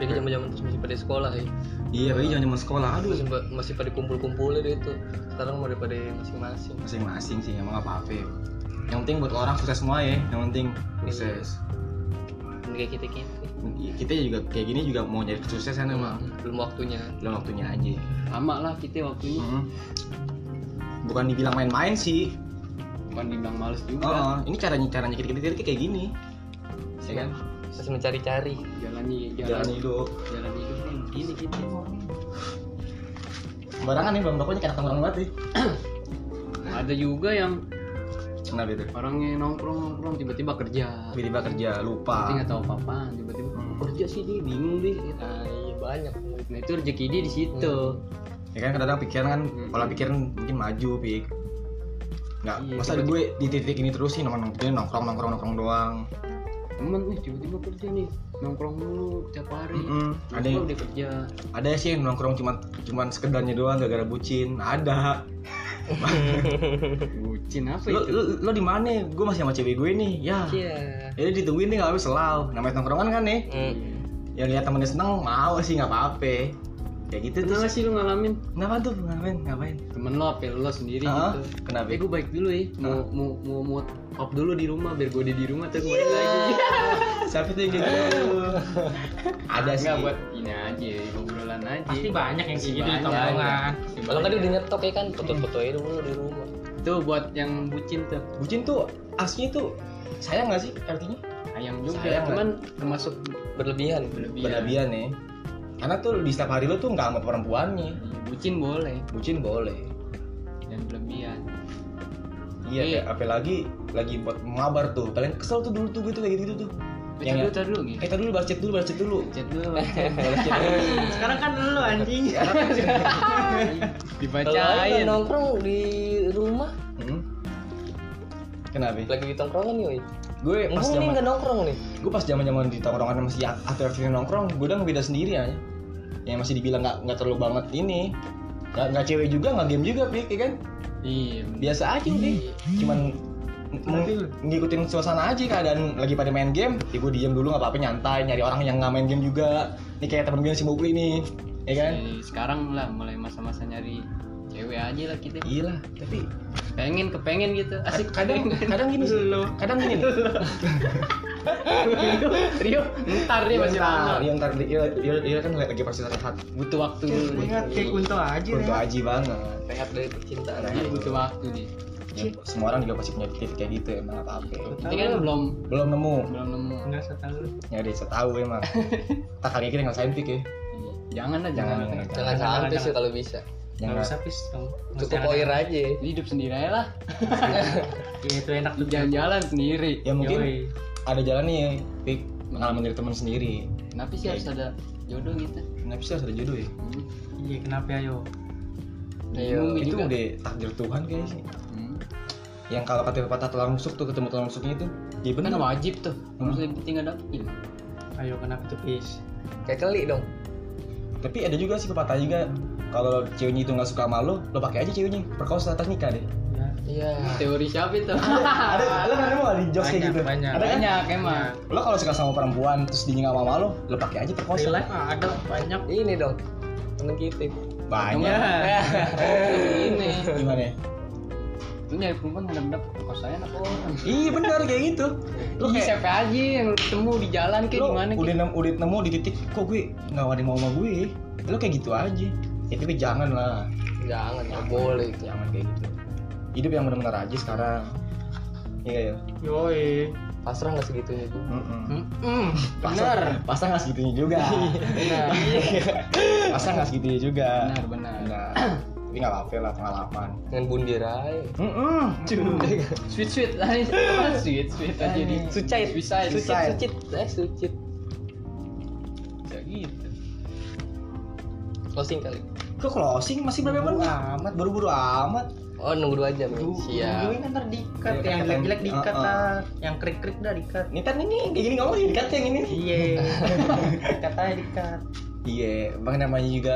Speaker 3: Jadi zaman zaman masih pada sekolah ya
Speaker 2: iya bagi zaman-zaman sekolah aduh
Speaker 3: masih, masih pada kumpul kumpulin itu sekarang mau daripada masing-masing
Speaker 2: masing-masing sih emang apa apa yang penting buat orang sukses semua ya yang penting sukses
Speaker 3: Ini kayak kita kita
Speaker 2: kita juga kayak gini juga mau jadi kesuksesan emang
Speaker 3: belum waktunya
Speaker 2: belum waktunya aja
Speaker 1: lama lah kita waktunya
Speaker 2: Mm-mm. Mm-hmm. bukan dibilang main-main sih
Speaker 1: bukan dibilang
Speaker 2: oh,
Speaker 1: males juga
Speaker 2: oh. ini caranya caranya kita kita kayak gini ya kan
Speaker 3: masih mencari-cari
Speaker 1: jalani
Speaker 2: Iya, jalan
Speaker 1: jalani
Speaker 2: hidup
Speaker 1: jalan hidup nih gini kita
Speaker 2: barangan nih bang bakunya kayak tongkrong banget sih
Speaker 1: ada juga yang
Speaker 2: kenapa itu
Speaker 1: orangnya nongkrong nongkrong tiba-tiba kerja
Speaker 2: tiba-tiba kerja
Speaker 1: Tapi
Speaker 2: lupa Mm.
Speaker 1: nggak tahu apa-apaan tiba-tiba
Speaker 2: Hmm.
Speaker 1: kerja sih dia bingung deh gitu.
Speaker 3: nah iya banyak
Speaker 1: nah itu rezeki dia di situ
Speaker 2: ya kan kadang-kadang pikiran kan
Speaker 1: Hmm.
Speaker 2: pola pikiran mungkin maju pik nggak
Speaker 1: Iya,
Speaker 2: masa
Speaker 1: coba-
Speaker 2: gue di titik ini terus sih nongkrong nongkrong nongkrong nongkrong doang
Speaker 1: temen nih tiba-tiba kerja nih nongkrong dulu tiap hari
Speaker 2: Mm-mm. Hmm. ada
Speaker 1: Nongkrong
Speaker 2: yang-
Speaker 1: dia kerja
Speaker 2: ada sih yang nongkrong cuman cuman sekedarnya doang gara-gara bucin ada
Speaker 1: bucin apa
Speaker 2: lo,
Speaker 1: itu
Speaker 2: lo, lo di mana gue masih sama cewek gue nih ya
Speaker 3: iya
Speaker 2: jadi ditungguin nih nggak habis selau namanya nongkrongan kan nih
Speaker 1: Iya.
Speaker 3: Hmm.
Speaker 2: yang lihat temennya seneng mau sih nggak apa-apa kayak gitu
Speaker 1: pernah
Speaker 2: tuh
Speaker 1: nggak sih lu ngalamin
Speaker 2: kenapa tuh ngapain ngapain
Speaker 1: temen lo apa lo sendiri
Speaker 2: Ah,
Speaker 1: gitu
Speaker 2: kenapa
Speaker 1: Eh gue baik dulu ya, mau mau mau mau pop dulu di rumah biar gue di rumah terus gue balik lagi.
Speaker 2: siapa tuh yang kayak gitu ada sih
Speaker 1: Enggak buat ini aja, obrolan aja.
Speaker 4: Pasti banyak yang kayak gitu di
Speaker 1: Pasti
Speaker 2: Iya,
Speaker 1: banyak.
Speaker 4: tongkrongan
Speaker 3: kalau kan udah nyetok ya kan foto-fotoin dulu di rumah
Speaker 1: Itu buat yang bucin tuh,
Speaker 2: bucin tuh aslinya tuh sayang nggak sih artinya
Speaker 1: ayam juga.
Speaker 2: Sayang,
Speaker 1: Cuman termasuk
Speaker 3: berlebihan
Speaker 1: berlebihan.
Speaker 2: berlebihan ya karena tuh di setiap hari lo tuh nggak sama perempuannya
Speaker 1: Iya, Bucin boleh
Speaker 2: bucin boleh
Speaker 1: dan berlebihan.
Speaker 2: iya
Speaker 1: Iya.
Speaker 2: kayak apalagi lagi buat mabar tuh kalian kesel tuh dulu tuh gitu kayak gitu tuh
Speaker 1: Chat dulu, tar dulu gitu.
Speaker 2: eh tadi dulu balas chat dulu balas chat dulu
Speaker 1: Chat dulu.
Speaker 2: balas chat dulu
Speaker 4: Sekarang kan lu anjing
Speaker 2: Iya,
Speaker 3: kalau lain
Speaker 1: Dibacain.
Speaker 3: nongkrong di rumah
Speaker 2: Hmm. kenapa
Speaker 3: lagi di tongkrongan nih woi
Speaker 2: gue pas
Speaker 3: Enggak nih
Speaker 2: zaman
Speaker 3: nggak nongkrong nih
Speaker 2: gue pas zaman zaman di tongkrongan masih aktif aktif nongkrong gue udah ngebeda sendiri aja yang masih dibilang nggak nggak terlalu banget ini nggak nggak cewek juga nggak game juga pik ya kan
Speaker 1: Iya. bener.
Speaker 2: biasa aja udah
Speaker 1: Iya.
Speaker 2: cuman ng- ng- ngikutin suasana aja keadaan lagi pada main game ya gue diem dulu nggak apa-apa nyantai nyari orang yang nggak main game juga ini kayak temen gue yang si Mupli nih ya kan
Speaker 1: Eh, Sekarang lah mulai masa-masa nyari cewek aja lah kita.
Speaker 2: iya lah tapi
Speaker 1: Pengen kepengen gitu. Asik
Speaker 2: kadang kadang gini sih kadang gini nih
Speaker 1: Rio, ntar dia masih lama.
Speaker 2: iya ntar iya iya iya kan lagi pasti rehat
Speaker 1: Butuh waktu
Speaker 2: iya,
Speaker 1: dulu. Iya,
Speaker 4: Ingat kayak kunto aja
Speaker 2: untuk
Speaker 4: ya
Speaker 2: aji banget
Speaker 3: rehat dari percintaan
Speaker 1: Dia butuh waktu nih.
Speaker 2: Ya, semua orang juga pasti punya titik kayak gitu emang apa apa
Speaker 1: Kita kan belum
Speaker 2: belum nemu Ya
Speaker 1: belum nemu.
Speaker 4: Enggak setahun lu
Speaker 2: nyari setahu emang tak kali kita nggak sain pik ya
Speaker 1: Jangan lah, jangan.
Speaker 2: jangan
Speaker 3: jangan sampai sih kalau bisa
Speaker 4: Gak
Speaker 2: jangan
Speaker 4: usah pis kamu Mesti
Speaker 3: cukup
Speaker 4: ada-
Speaker 3: oir aja
Speaker 1: Jadi hidup sendiri aja lah.
Speaker 4: Iya itu enak tuh
Speaker 1: Jalan-jalan sendiri.
Speaker 2: ya mungkin
Speaker 4: Yoi.
Speaker 2: ada jalan nih pik pengalaman dari teman sendiri
Speaker 1: Kenapa
Speaker 2: Iya.
Speaker 1: sih harus ada jodoh gitu?
Speaker 2: Kenapa sih harus ada jodoh ya?
Speaker 1: Hmm.
Speaker 4: Iya kenapa ayo
Speaker 1: Bingung
Speaker 2: Iya, itu
Speaker 1: juga.
Speaker 2: udah takdir Tuhan kayaknya sih.
Speaker 1: Hmm.
Speaker 2: Yang kalau kata patah tulang rusuk tuh ketemu tulang rusuknya itu, ya
Speaker 1: Kan
Speaker 2: benar.
Speaker 1: wajib tuh. Kalau
Speaker 2: Hmm.
Speaker 1: misalnya kita nggak dapetin.
Speaker 4: Ayo kenapa tuh pis
Speaker 3: kayak keli dong
Speaker 2: Tapi ada juga sih pepatah juga kalau ceweknya itu nggak suka sama lo, lo pakai aja ceweknya perkosa atas nikah deh.
Speaker 4: Ya
Speaker 3: iya
Speaker 1: Teori siapa itu?
Speaker 2: ada, lo nggak nemu nggak di jokes kayak
Speaker 4: Banyak,
Speaker 2: gitu?
Speaker 4: banyak.
Speaker 2: Ada kan?
Speaker 1: Banyak emang.
Speaker 2: Lo kalau suka sama perempuan terus dia nggak mau sama lo, lo pakai aja perkosa.
Speaker 4: Real life ada banyak
Speaker 3: ini dong temen kita
Speaker 4: Ya.
Speaker 2: Banyak.
Speaker 1: Ini.
Speaker 2: Gimana? ya?
Speaker 1: Lu nyari perempuan nggak dapet perkosaan apa orang?
Speaker 2: Iya benar kayak gitu. Lo
Speaker 4: Iya.
Speaker 1: Lu
Speaker 2: kayak
Speaker 1: Iya, siapa aja yang lu ketemu di jalan kayak gitu?
Speaker 2: lo
Speaker 1: gimana
Speaker 2: udah nemu, udah nemu di titik kok gue nggak ada yang mau sama gue. Lo kayak gitu aja. Ya tapi jangan lah.
Speaker 3: jangan nggak boleh
Speaker 2: jangan kayak gitu hidup yang benar-benar aja sekarang iya ya
Speaker 4: Yoi
Speaker 3: pasrah nggak segitunya juga
Speaker 4: Hmm
Speaker 1: Bener.
Speaker 2: pasang nggak segitunya juga
Speaker 1: Benar.
Speaker 2: pasang nggak segitunya juga
Speaker 1: Benar, benar.
Speaker 2: Nah, Tapi nggak apa-apa lah pengalaman.
Speaker 3: dengan bundir aja
Speaker 2: Mm-mm.
Speaker 1: sweet sweet aja Apa sweet sweet aja di
Speaker 3: Sucait.
Speaker 1: sweet side
Speaker 3: sucit
Speaker 2: Suicide.
Speaker 3: sucit eh sucit
Speaker 1: Ya gitu
Speaker 3: closing kali
Speaker 2: Kok closing masih berapa menit? Amat buru-buru amat.
Speaker 3: oh nunggu dua jam nih siap
Speaker 2: Gue kan ntar dikat
Speaker 4: Cut, Ya. Iya, yang Ah, jelek-jelek dikat
Speaker 2: Uh-uh.
Speaker 4: lah yang krik-krik dah dikat
Speaker 2: Ini kan ini kayak gini ngomong dikat yang ini.
Speaker 4: iya katanya dikat
Speaker 2: Iya, bang namanya juga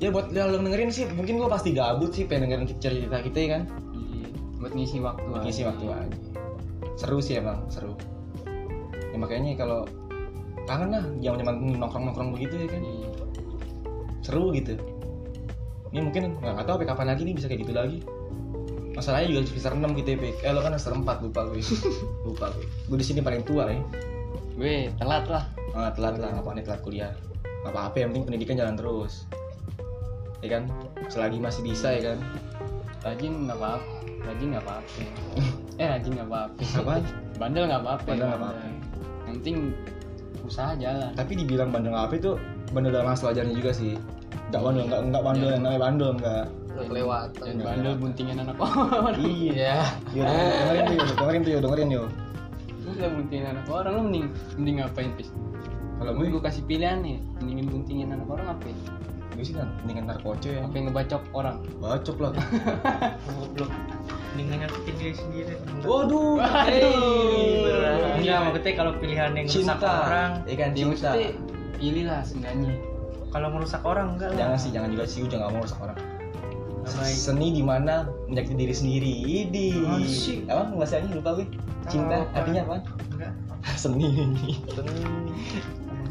Speaker 2: Ya buat lo dengerin sih, mungkin gue pasti gabut sih pengen dengerin cerita kita ya kan
Speaker 1: Iya. buat ngisi waktu aja.
Speaker 2: Ngisi waktu aja Seru sih emang, seru Ya makanya kalau kangen lah, zaman zaman nongkrong-nongkrong begitu ya kan
Speaker 1: Iya.
Speaker 2: Seru gitu Ini mungkin nggak nggak tahu sampai kapan lagi nih bisa kayak gitu lagi Masalahnya juga semester 6 gitu ya, Pik. Eh lo kan semester 4, lupa gue Lupa gue Gue di sini paling tua ya
Speaker 1: gue telat lah
Speaker 2: Ah, telat lah, ngapain telat kuliah. Gak apa-apa, yang penting pendidikan jalan terus. Ya kan? Selagi masih bisa ya kan?
Speaker 1: rajin nggak apa apa rajin nggak apa apa eh rajin nggak apa apa
Speaker 2: Apa?
Speaker 1: bandel nggak apa apa
Speaker 2: Bandel nggak apa-apa.
Speaker 1: yang penting usaha jalan
Speaker 2: Tapi dibilang bandel nggak apa itu bandel dalam hal pelajarannya juga sih. Enggak bandel, enggak enggak bandel
Speaker 1: Iya.
Speaker 2: yang namanya bandel enggak.
Speaker 1: dan
Speaker 3: kelewatan
Speaker 2: Iya.
Speaker 1: bandel buntingin anak orang
Speaker 2: Iya.
Speaker 3: ya
Speaker 2: Yo, dengerin tuh, yo, dengerin tuh, yo, dengerin yo.
Speaker 1: udah buntingin anak orang lu mending mending ngapain pis
Speaker 2: Kalau gue,
Speaker 1: gue gue kasih pilihan nih mendingin buntingin anak orang apa ya?
Speaker 2: gue sih kan mendingan narkoce ya.
Speaker 1: apa yang ngebacok orang
Speaker 2: Bacok lah.
Speaker 4: goblok mendingan nyakitin diri sendiri
Speaker 2: Waduh.
Speaker 1: berat.
Speaker 4: Iya, maksudnya kalau pilihan yang merusak
Speaker 2: Cinta.
Speaker 4: orang,
Speaker 2: Ikan
Speaker 1: dia
Speaker 2: cinta.
Speaker 1: maksudnya pilih lah seenggaknya
Speaker 4: kalau merusak orang enggak lah.
Speaker 2: Jangan sih, jangan juga sih, gue juga nggak mau rusak orang.
Speaker 4: Nggak baik.
Speaker 2: seni di mana menyakiti diri sendiri idi
Speaker 4: Apaan sih?
Speaker 2: apa bahasanya lupa gue cinta
Speaker 4: Apa?
Speaker 2: artinya apa
Speaker 4: Enggak.
Speaker 2: seni
Speaker 4: Seni.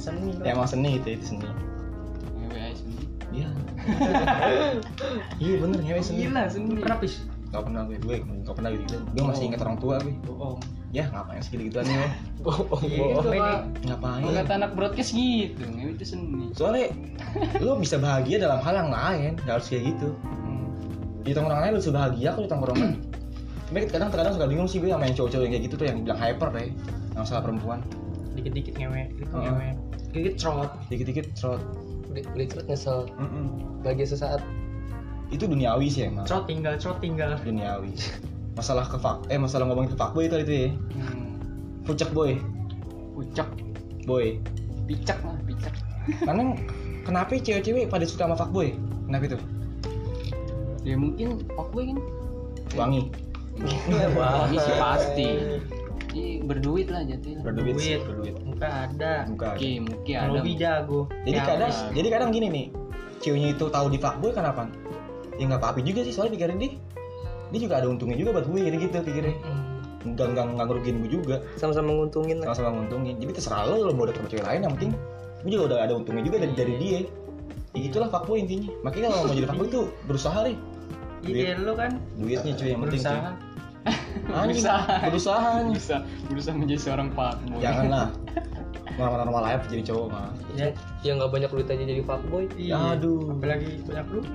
Speaker 4: Seni. lah.
Speaker 2: ya emang seni itu itu seni
Speaker 1: ngewe aja sendiri
Speaker 2: iya iya bener ya seni
Speaker 4: Oh, Gila, seni. Pernah pis?
Speaker 2: gak pernah gue gue gak pernah gitu gue masih ingat orang tua gue
Speaker 4: Bohong.
Speaker 2: ya ngapain segitu gituan ya
Speaker 3: bohong
Speaker 4: Iya, itu,
Speaker 3: bohong
Speaker 1: Ini
Speaker 4: Pak.
Speaker 1: Pengen
Speaker 2: ngapain
Speaker 1: anak broadcast gitu, ngewe itu seni.
Speaker 2: soalnya lo bisa bahagia dalam hal yang lain gak harus kayak gitu
Speaker 1: Hmm.
Speaker 2: di tongkrongan lain lo bisa bahagia kalau di tongkrongan tapi kadang kadang suka bingung sih gue sama yang cowok-cowok yang kayak gitu tuh yang bilang hyper deh yang salah perempuan
Speaker 4: Dikit-dikit ngewe, dikit
Speaker 2: Oh.
Speaker 4: ngewe. Dikit cerot.
Speaker 2: dikit-dikit trot
Speaker 3: Udah- udah cerut nyesel bagi sesaat
Speaker 2: itu duniawi sih emang
Speaker 4: Cerot tinggal, cerot tinggal.
Speaker 2: duniawi masalah ke fak eh masalah ngomongin ke fuckboy itu itu ya
Speaker 1: Hmm.
Speaker 2: pucak boy
Speaker 1: Pucak,
Speaker 2: boy
Speaker 1: picak lah, picak.
Speaker 2: karena kenapa cewek-cewek pada suka sama fuckboy kenapa itu
Speaker 1: Ya mungkin fuckboy kan
Speaker 2: wangi
Speaker 1: wangi sih pasti. Jadi berduit lah jatuhnya.
Speaker 2: berduit sih
Speaker 4: Duit. Iya.
Speaker 2: berduit
Speaker 4: Muka ada.
Speaker 2: bukan
Speaker 1: Oke, mungkin Iya, ada.
Speaker 4: Lebih jago.
Speaker 2: Nah, jadi
Speaker 4: Ya,
Speaker 2: kadang
Speaker 1: Ada.
Speaker 2: jadi kadang gini nih ceweknya itu tahu di fuckboy kenapa ya nggak apa-apa juga sih soalnya pikirin dia dia juga ada untungnya juga buat gue gitu gitu pikirnya
Speaker 3: Mm.
Speaker 2: nggak nggak nggak ngerugiin gue juga
Speaker 3: sama-sama nguntungin lah
Speaker 2: sama-sama nguntungin jadi terserah lo lo mau deket sama cewek lain yang penting gue juga udah ada untungnya juga dari, dari dia ya itulah fuckboy intinya makanya kalau mau jadi fuckboy tuh berusaha deh
Speaker 4: Ide lu kan
Speaker 2: duitnya cuy yang penting cuy
Speaker 4: berusaha.
Speaker 2: Anjing, berusaha anjing.
Speaker 1: Bisa, berusaha menjadi seorang fuckboy.
Speaker 2: janganlah normal-normal aja jadi cowok mah
Speaker 4: Ya.
Speaker 3: yang Iya, nggak banyak duit aja jadi fuckboy
Speaker 4: Iya.
Speaker 2: Aduh.
Speaker 4: Apalagi iya. banyak duit.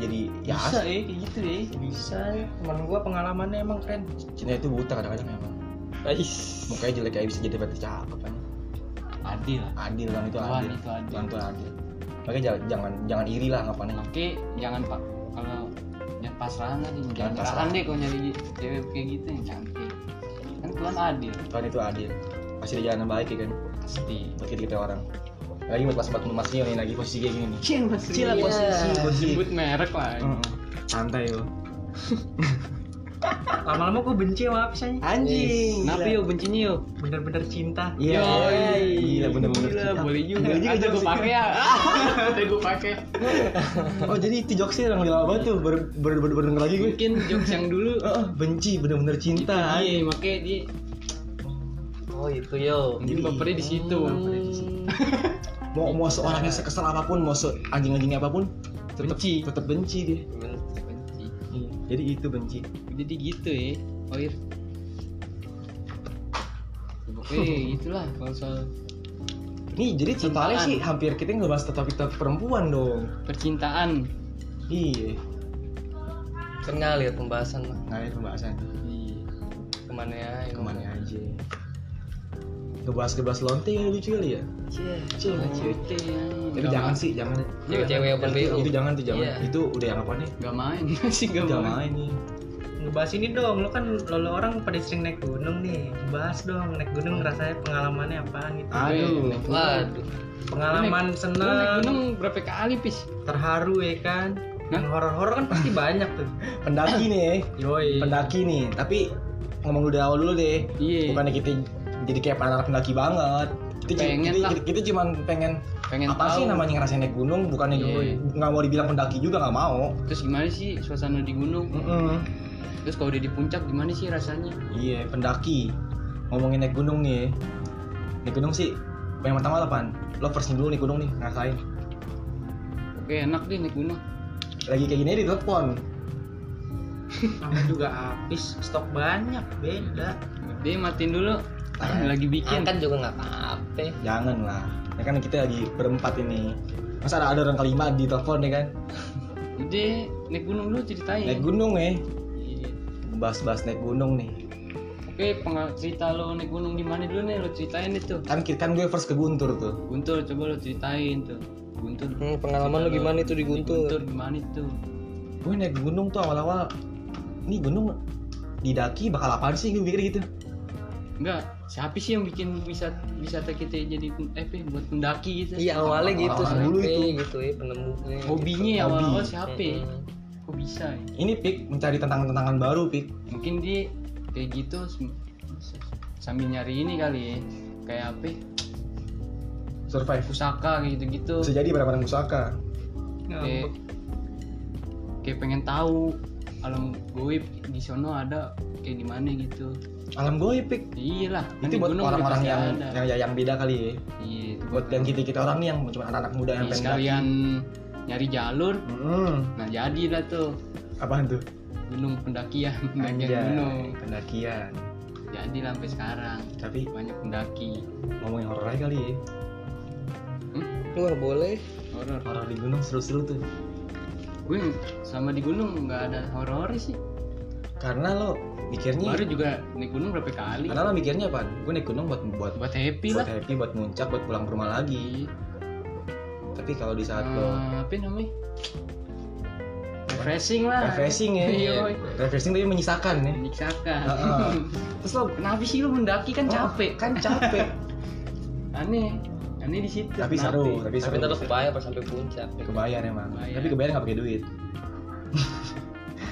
Speaker 2: jadi ya
Speaker 1: Bisa ya, kayak gitu ya.
Speaker 4: Bisa. ya. Temen gua pengalamannya emang keren.
Speaker 2: Cina itu buta kadang-kadang emang
Speaker 3: Ais.
Speaker 2: mukanya jelek kayak bisa jadi berarti cakep kan
Speaker 1: Adil lah.
Speaker 2: adil kan itu
Speaker 1: Tuhan
Speaker 2: adil
Speaker 1: itu adil.
Speaker 2: Tuhan itu adil makanya jangan jangan, jangan iri lah ngapain
Speaker 1: Oke, jangan pak. Kalau jangan pasrahan lah, jangan, jangan
Speaker 2: pasrah.
Speaker 1: pasrahan deh kalau nyari cewek kayak gitu yang cantik. Kan Tuhan adil,
Speaker 2: Tuhan itu adil pasti ada jalan yang baik ya kan
Speaker 1: pasti.
Speaker 2: buat kita, kita orang lagi buat pas buat Mas Rio nih lagi posisi kayak gini nih
Speaker 4: Iya,
Speaker 1: Cil,
Speaker 2: Cil
Speaker 3: Iya.
Speaker 2: lah posisi, posisi.
Speaker 1: Sebut merek lah.
Speaker 2: santai lo
Speaker 4: Lama-lama gua benci sama apa sih? Iya.
Speaker 2: anjing
Speaker 1: Kenapa yuk bencinya yuk?
Speaker 4: Bener-bener cinta.
Speaker 2: iya
Speaker 1: Yoi.
Speaker 2: gila bener-bener
Speaker 1: Gila,
Speaker 2: cinta.
Speaker 1: boleh juga.
Speaker 2: Boleh juga
Speaker 1: Ada
Speaker 2: jokes
Speaker 1: gue
Speaker 2: itu.
Speaker 1: pakai ya. Ada gue pakai.
Speaker 2: oh jadi itu jokesnya yang lama banget tuh baru baru baru baru denger lagi gue
Speaker 1: Mungkin jokes yang dulu.
Speaker 2: Oh, oh, benci bener-bener cinta
Speaker 1: Iya, makanya dia
Speaker 3: oh itu yo
Speaker 1: mungkin
Speaker 2: Iya.
Speaker 1: bapernya di situ, bapernya di situ.
Speaker 2: mau mau seorangnya sekesal apapun mau se anjing-anjingnya apapun tetap
Speaker 1: Benci.
Speaker 2: tetap benci dia
Speaker 1: Benci.
Speaker 2: jadi itu benci
Speaker 1: Jadi gitu ya, Oir. Ya, Pokoknya gitulah kalau soal
Speaker 2: nih jadi totalnya
Speaker 1: Cintaan.
Speaker 2: sih hampir kita nggak bahas topik topik perempuan dong
Speaker 1: percintaan.
Speaker 2: iya
Speaker 3: kan ngalir pembahasan lah
Speaker 2: ngalir pembahasan
Speaker 1: Iya.
Speaker 3: kemana ya
Speaker 2: kemana aja ngebahas-ngebahas lonte ya lucu kali ya
Speaker 3: Iya.
Speaker 1: Oh.
Speaker 2: Cie, cie. Tapi jangan sih, jangan.
Speaker 3: Cewek-cewek open BO.
Speaker 2: Itu jangan tuh jangan.
Speaker 3: Iya.
Speaker 2: Itu udah yang apa nih?
Speaker 1: Gak main sih gak
Speaker 2: Jangan main
Speaker 1: main.
Speaker 2: nih.
Speaker 4: ngebahas ini dong lo kan lo, lo orang pada sering naik gunung nih bahas dong naik gunung rasanya pengalamannya apaan gitu
Speaker 2: Aduh.
Speaker 1: Naik
Speaker 3: Waduh.
Speaker 4: pengalaman
Speaker 1: Lu naik gunung
Speaker 4: seneng
Speaker 1: berapa kali pis?
Speaker 4: terharu ya kan
Speaker 1: Hah?
Speaker 4: yang horor-horor kan pasti banyak tuh
Speaker 2: Pendaki nih, eh.
Speaker 4: yoi
Speaker 2: pendaki nih. Tapi ngomong udah awal dulu deh.
Speaker 1: Iya.
Speaker 2: Bukannya kita jadi kayak para pendaki banget. Kita, ju-
Speaker 1: Pengen
Speaker 2: kita,
Speaker 1: lah.
Speaker 2: kita, kita cuman pengen
Speaker 1: Pengen
Speaker 2: apa
Speaker 1: tahu.
Speaker 2: sih namanya ngerasain naik gunung bukannya
Speaker 1: Iya.
Speaker 2: nggak mau dibilang pendaki juga nggak mau
Speaker 1: Terus gimana sih suasana di gunung?
Speaker 2: Mm-mm.
Speaker 1: Terus kalau udah di puncak gimana sih rasanya?
Speaker 2: iya pendaki ngomongin naik gunung nih eh. naik gunung sih yang pertama lah pan lo first dulu naik gunung nih ngerasain
Speaker 1: Oke enak deh naik gunung.
Speaker 2: lagi kayak gini aja di telepon
Speaker 4: Namanya juga habis stok banyak beda
Speaker 1: Dia matiin dulu. Lagi bikin.
Speaker 3: Angkat juga nggak apa-apa.
Speaker 2: jangan lah ya kan kita lagi berempat ini masa ada, ada orang kelima di telepon ya kan
Speaker 1: Udah naik gunung dulu ceritain.
Speaker 2: naik gunung ya
Speaker 1: Iya.
Speaker 2: bahas-bahas naik gunung nih
Speaker 1: Oke pengal- cerita lo naik gunung di mana dulu nih lo ceritain itu.
Speaker 2: kan kan gue first ke Guntur tuh
Speaker 1: Guntur coba lo ceritain tuh. Guntur.
Speaker 3: Hmm, pengalaman lu gimana itu di Guntur?
Speaker 1: Guntur gimana tuh?
Speaker 2: gue naik gunung tuh awal-awal ini gunung didaki bakal apaan sih gue pikir gitu
Speaker 1: Enggak, siapa sih yang bikin wisata wisata kita jadi eh Pe, buat pendaki gitu?
Speaker 3: Iya awalnya gitu
Speaker 2: Awal-awal dulu
Speaker 3: sampai
Speaker 2: itu.
Speaker 3: gitu ya penemunya.
Speaker 1: Hobinya ya
Speaker 2: Hobi.
Speaker 1: awal-awal siapa? ya?
Speaker 3: Mm-mm.
Speaker 1: Kok bisa ya?
Speaker 2: ini pik mencari tantangan-tantangan baru pik
Speaker 1: Mungkin dia kayak gitu sem- sambil nyari ini kali ya. Kayak apa? ya,
Speaker 2: survive
Speaker 1: Pusaka kayak gitu-gitu.
Speaker 2: bisa jadi barang-barang pusaka
Speaker 1: Kayak, kayak pengen tahu alam goib di sono ada kayak gimana gitu.
Speaker 2: alam goib pik
Speaker 1: Iya lah, kan
Speaker 2: itu
Speaker 1: di
Speaker 2: buat
Speaker 1: gunung udah
Speaker 2: orang-orang
Speaker 1: pasti
Speaker 2: yang,
Speaker 1: ada.
Speaker 2: yang yang beda kali ya
Speaker 1: Iya, itu
Speaker 2: buat yang kita kita orang nih yang cuma anak-anak muda yang
Speaker 1: Iya,
Speaker 2: pengen daki.
Speaker 1: sekalian nyari jalur.
Speaker 2: hmm,
Speaker 1: Nah, jadilah tuh
Speaker 2: apaan tuh
Speaker 1: gunung pendakian, pendakian
Speaker 2: Anjay,
Speaker 1: gunung.
Speaker 2: pendakian
Speaker 1: Jadi lah sampai sekarang
Speaker 2: tapi
Speaker 1: banyak pendaki.
Speaker 2: ngomongin horor aja kali ya
Speaker 3: Luar boleh.
Speaker 1: Horor.
Speaker 2: horor di gunung seru-seru tuh
Speaker 1: Gue sama di gunung nggak ada horor sih.
Speaker 2: karena lo mikirnya
Speaker 1: Baru juga naik gunung berapa kali?
Speaker 2: karena lo mikirnya apa gue naik gunung buat buat
Speaker 1: Buat happy
Speaker 2: buat
Speaker 1: lah.
Speaker 2: happy buat muncak buat pulang ke rumah lagi
Speaker 1: Iya.
Speaker 2: tapi kalau di saat lo
Speaker 1: Eh, apa namanya? Refreshing lah.
Speaker 2: refreshing ya
Speaker 1: Iya.
Speaker 2: refreshing tapi menyisakan ya
Speaker 1: Menyiksakan.
Speaker 2: Heeh. terus lo
Speaker 1: Kenapa sih lu mendaki kan capek?
Speaker 2: kan capek
Speaker 1: Aneh. Aneh di situ.
Speaker 2: tapi
Speaker 1: kenapa?
Speaker 2: seru tapi seru Ya
Speaker 3: Tapi ntar lu kebayang pas sampai puncak.
Speaker 2: kebayar emang
Speaker 1: Kebayar.
Speaker 2: tapi kebayar nggak pakai duit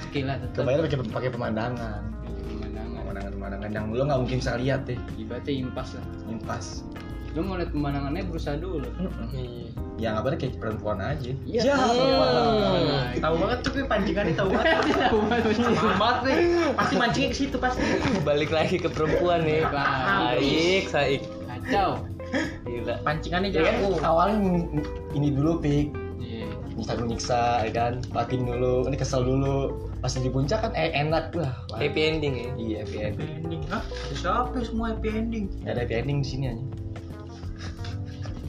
Speaker 1: Oke lah tetap.
Speaker 2: kebayar pakai pakai pemandangan
Speaker 1: Pemandangan.
Speaker 2: pemandangan pemandangan yang lo nggak mungkin bisa lihat ya. deh
Speaker 1: Ibaratnya impas lah.
Speaker 2: impas
Speaker 1: Lu mau lihat pemandangannya berusaha dulu.
Speaker 3: Iya.
Speaker 2: ya nggak boleh kayak perempuan aja
Speaker 1: Iya.
Speaker 2: Ya,
Speaker 1: Nah,
Speaker 4: tahu banget tuh Pi, pancingannya tahu banget Paham banget nih pasti mancingnya ke situ pasti
Speaker 3: Balik lagi ke perempuan nih.
Speaker 1: Balik lagi.
Speaker 3: Saik, saik.
Speaker 1: Kacau.
Speaker 3: Gila.
Speaker 4: pancingannya
Speaker 2: Ya kan,
Speaker 4: jauh
Speaker 2: awalnya ini dulu pik
Speaker 1: Iya.
Speaker 2: nyiksa dulu nyiksa ya kan patin dulu ini kesel dulu pas di puncak kan eh, enak lah Wah,
Speaker 3: Happy ending ya.
Speaker 2: iya happy
Speaker 4: happy
Speaker 2: ending
Speaker 4: ending Hah? ada siapa yang semua happy ending
Speaker 2: nggak ada happy ending di sini aja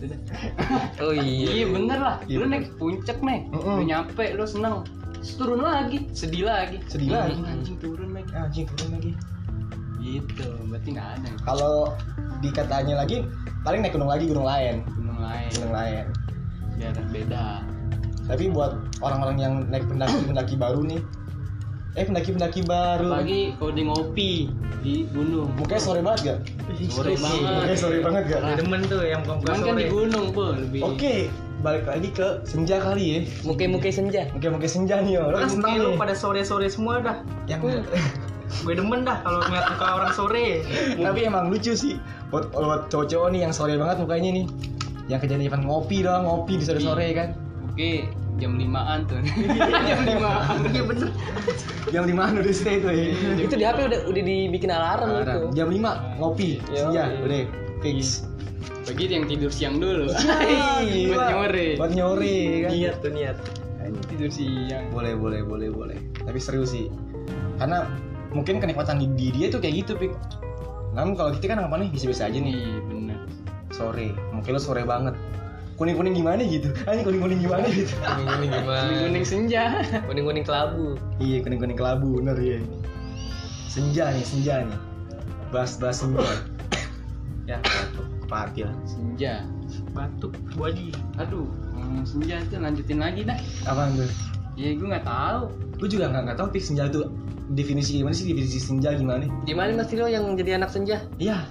Speaker 1: Itu dah.
Speaker 3: Oh iya.
Speaker 1: Iya bener lah,
Speaker 2: Iya,
Speaker 1: lu
Speaker 2: bener.
Speaker 1: naik puncak nih,
Speaker 2: Mm-mm.
Speaker 1: lu nyampe, lu seneng Terus turun lagi, sedih lagi
Speaker 2: Sedih
Speaker 1: Ih,
Speaker 2: lagi.
Speaker 1: Anjing turun lagi
Speaker 2: Ah, anjing turun lagi
Speaker 1: Gitu, berarti nggak ada yang
Speaker 2: kalau dikatanya lagi paling naik gunung lagi gunung lain
Speaker 1: gunung lain
Speaker 2: gunung lain
Speaker 1: Biar beda
Speaker 2: tapi buat orang-orang yang naik pendaki pendaki baru nih eh pendaki pendaki baru
Speaker 1: Apalagi kalau di ngopi di gunung
Speaker 2: mukanya sore banget gak
Speaker 1: Sore
Speaker 2: mukanya
Speaker 1: banget
Speaker 2: sore banget gak
Speaker 1: Parah.
Speaker 4: demen tuh yang bukan
Speaker 1: Cuman kan
Speaker 4: sore
Speaker 1: di gunung, Bu, lebih
Speaker 2: oke balik lagi ke senja kali ya
Speaker 3: Muke-muke senja.
Speaker 2: mungkin mungkin senja nih lo kan senang
Speaker 4: Mungkin
Speaker 2: nih
Speaker 4: lu pada sore-sore semua dah
Speaker 2: yang
Speaker 4: Gue demen dah kalau ngeliat muka orang sore
Speaker 2: tapi emang lucu sih buat, buat cowok-cowok nih yang sore banget mukanya nih yang kejadian ngopi doang ngopi di sore-sore kan
Speaker 1: Oke, jam limaan tuh Jam limaan
Speaker 4: Iya bener
Speaker 2: jam limaan udah stay tuh ya
Speaker 3: Itu di HP udah udah dibikin alarm itu.
Speaker 2: Alarm. jam 5 ngopi
Speaker 3: Iya,
Speaker 2: senja
Speaker 3: iya.
Speaker 2: udah fix
Speaker 1: Bagi yang tidur siang dulu
Speaker 2: Iya.
Speaker 1: Buat nyore
Speaker 2: buat nyore kan
Speaker 3: Niat tuh niat.
Speaker 1: Tidur siang
Speaker 2: boleh boleh boleh boleh tapi serius sih karena mungkin kenikmatan di, di dia tuh kayak gitu pik namun kalau kita kan apa nih bisa-bisa aja nih
Speaker 1: Ini bener
Speaker 2: sore mungkin lo sore banget kuning kuning gimana gitu ah ini kuning kuning gimana gitu
Speaker 3: Kuning-kuning gimana?
Speaker 1: Gunung senja
Speaker 3: Kuning-kuning kelabu.
Speaker 2: iya kuning kuning kelabu bener ya senja nih senja nih bahas bahas senja ya satu pati lah
Speaker 1: senja
Speaker 4: batuk buaji
Speaker 1: aduh ngomong senja itu lanjutin lagi dah
Speaker 2: apa tuh
Speaker 1: ya gue nggak tahu
Speaker 2: gue juga nggak nggak tahu pik senja itu definisi gimana sih definisi senja gimana
Speaker 3: Gimana Mas Tilo yang jadi anak senja?
Speaker 2: iya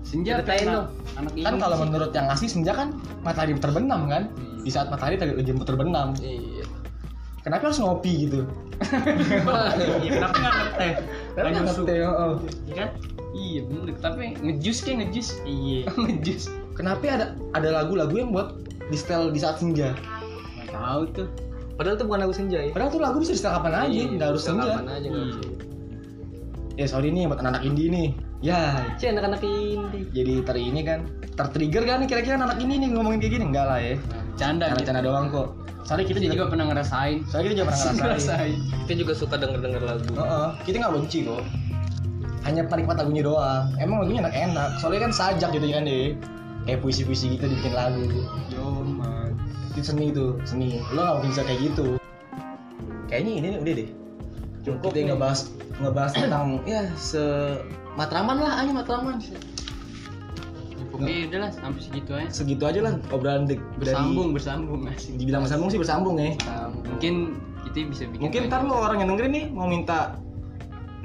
Speaker 1: senja
Speaker 3: Ceritain
Speaker 1: karena
Speaker 3: dong.
Speaker 1: anak
Speaker 2: kan
Speaker 1: ibu
Speaker 2: kalau
Speaker 1: sih.
Speaker 2: menurut yang asli senja kan matahari terbenam kan di saat matahari ter- jemput terbenam
Speaker 3: Iya.
Speaker 2: kenapa harus ngopi gitu
Speaker 4: ya kenapa nggak ngeteh nggak
Speaker 2: Kenapa
Speaker 4: nyusu
Speaker 2: nggak teh, oh.
Speaker 4: Iya kan
Speaker 1: iya bener tapi ngejus kayak ngejus
Speaker 4: iya
Speaker 1: ngejus
Speaker 2: kenapa ada ada lagu-lagu yang buat di setel di saat senja
Speaker 1: nggak tahu tuh
Speaker 3: Padahal itu bukan lagu senja ya.
Speaker 2: padahal tuh lagu bisa di setel kapan aja nggak harus senja
Speaker 3: Iya, Kapan aja nggak harus
Speaker 1: Iya.
Speaker 3: senja.
Speaker 2: ya sorry nih buat anak indie nih ya
Speaker 3: Cie anak-anak indie.
Speaker 2: jadi ter ini kan tertrigger kan nih kira-kira anak ini nih ngomongin kayak gini enggak lah ya
Speaker 1: Nah, bercanda
Speaker 2: karena
Speaker 1: gitu
Speaker 2: canda doang kok soalnya kita
Speaker 1: kita
Speaker 2: juga,
Speaker 1: juga pernah ngerasain
Speaker 2: soalnya kita juga pernah ngerasain
Speaker 1: ngerasain
Speaker 3: Kita juga suka denger-denger lagu.
Speaker 2: Heeh, kita nggak benci kok hanya penikmat lagunya doang emang lagunya enak enak soalnya kan sajak gitu kan deh kayak puisi-puisi gitu dibikin lagu
Speaker 1: yo man
Speaker 2: itu seni itu seni lo nggak mungkin bisa kayak gitu kayaknya ini udah deh
Speaker 3: Cukup
Speaker 2: kita
Speaker 3: nih.
Speaker 2: ngebahas ngebahas tentang ya se Matraman lah aja Matraman
Speaker 1: oke udah lah sampai segitu aja
Speaker 2: segitu aja lah obrolan de- dari
Speaker 1: bersambung bersambung asik
Speaker 2: dibilang bersambung sih bersambung ya
Speaker 1: mungkin kita bisa bikin gitu.
Speaker 2: mungkin ntar lo orang yang dengerin nih mau minta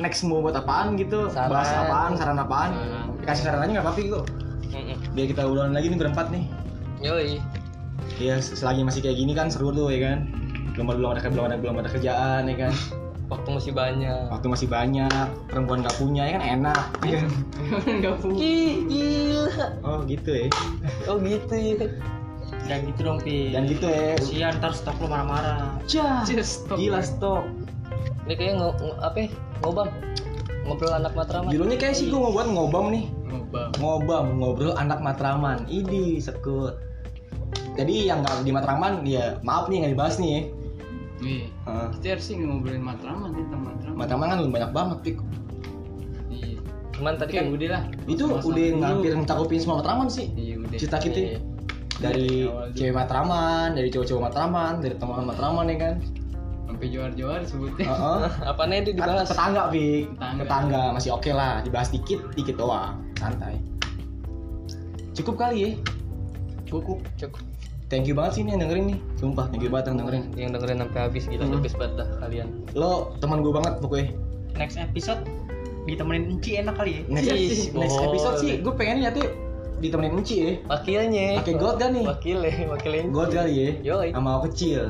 Speaker 2: next mau buat apaan gitu
Speaker 3: Saran.
Speaker 2: bahas apaan saran apaan
Speaker 1: Saran.
Speaker 2: kasih saran aja nggak apa-apa kok
Speaker 3: Mm-mm.
Speaker 2: biar kita ulang lagi nih berempat nih
Speaker 3: Yoi.
Speaker 2: ya selagi masih kayak gini kan seru tuh ya kan belum belum ada belum ada belum ada kerjaan ya kan
Speaker 3: Waktu masih banyak.
Speaker 2: waktu masih banyak perempuan gak punya ya kan enak ya kan?
Speaker 1: nggak punya
Speaker 3: Ki, gila.
Speaker 2: oh gitu ya
Speaker 3: Oh gitu ya.
Speaker 4: dan gitu dong pi
Speaker 2: dan gitu ya
Speaker 1: Iya.
Speaker 4: kasihan ntar stok lo marah-marah
Speaker 2: Cah,
Speaker 1: Just stop.
Speaker 2: gila stop
Speaker 3: Ini kayaknya ngo, ngo- apa? ya? Ngobam. Ngobrol anak matraman.
Speaker 2: judulnya kayak sih gue mau buat ngobam nih
Speaker 1: Ngobam.
Speaker 2: ngobam ngobrol anak Matraman ini sekut jadi yang nggak di Matraman ya maaf nih nggak dibahas nih ya.
Speaker 1: Wih,
Speaker 2: Heeh.
Speaker 1: kita harus sih ngobrolin matraman ya tentang matraman.
Speaker 2: Matraman kan banyak banget Pik.
Speaker 1: Iya.
Speaker 3: Cuman tadi
Speaker 1: Oke,
Speaker 3: kan
Speaker 1: udah lah.
Speaker 2: itu
Speaker 1: Sama-sama
Speaker 2: udah
Speaker 1: dulu.
Speaker 2: hampir mencakupin semua Matraman sih
Speaker 1: Iya, udah.
Speaker 2: cita
Speaker 3: Iya.
Speaker 2: kita dari
Speaker 1: Dari awal dulu.
Speaker 2: cewek Matraman dari cowok-cowok Matraman dari teman Matraman ya kan
Speaker 1: Sampai joar-joar sebutnya.
Speaker 2: Heeh.
Speaker 3: apanya itu
Speaker 2: Kan
Speaker 3: dibahas?
Speaker 2: tetangga Pik
Speaker 1: Tetangga.
Speaker 2: tetangga masih oke lah dibahas dikit dikit doang santai cukup kali ya cukup
Speaker 3: Cukup.
Speaker 2: thank you banget sih nih yang dengerin nih sumpah thank you banget yang dengerin
Speaker 3: Yang dengerin sampai habis gitu,
Speaker 2: Hmm.
Speaker 3: habis banget dah kalian.
Speaker 2: lo teman gue banget pokoknya
Speaker 4: next episode ditemenin Enci enak kali ya
Speaker 2: next,
Speaker 3: Ih,
Speaker 2: next
Speaker 3: boleh.
Speaker 2: episode sih gue pengen lihat tuh ditemenin Enci ya
Speaker 3: Wakilnya.
Speaker 2: pakai gold kan nih
Speaker 3: Wakilnya, wakilnya.
Speaker 2: gold kali ya
Speaker 3: Yoi.
Speaker 2: sama aku kecil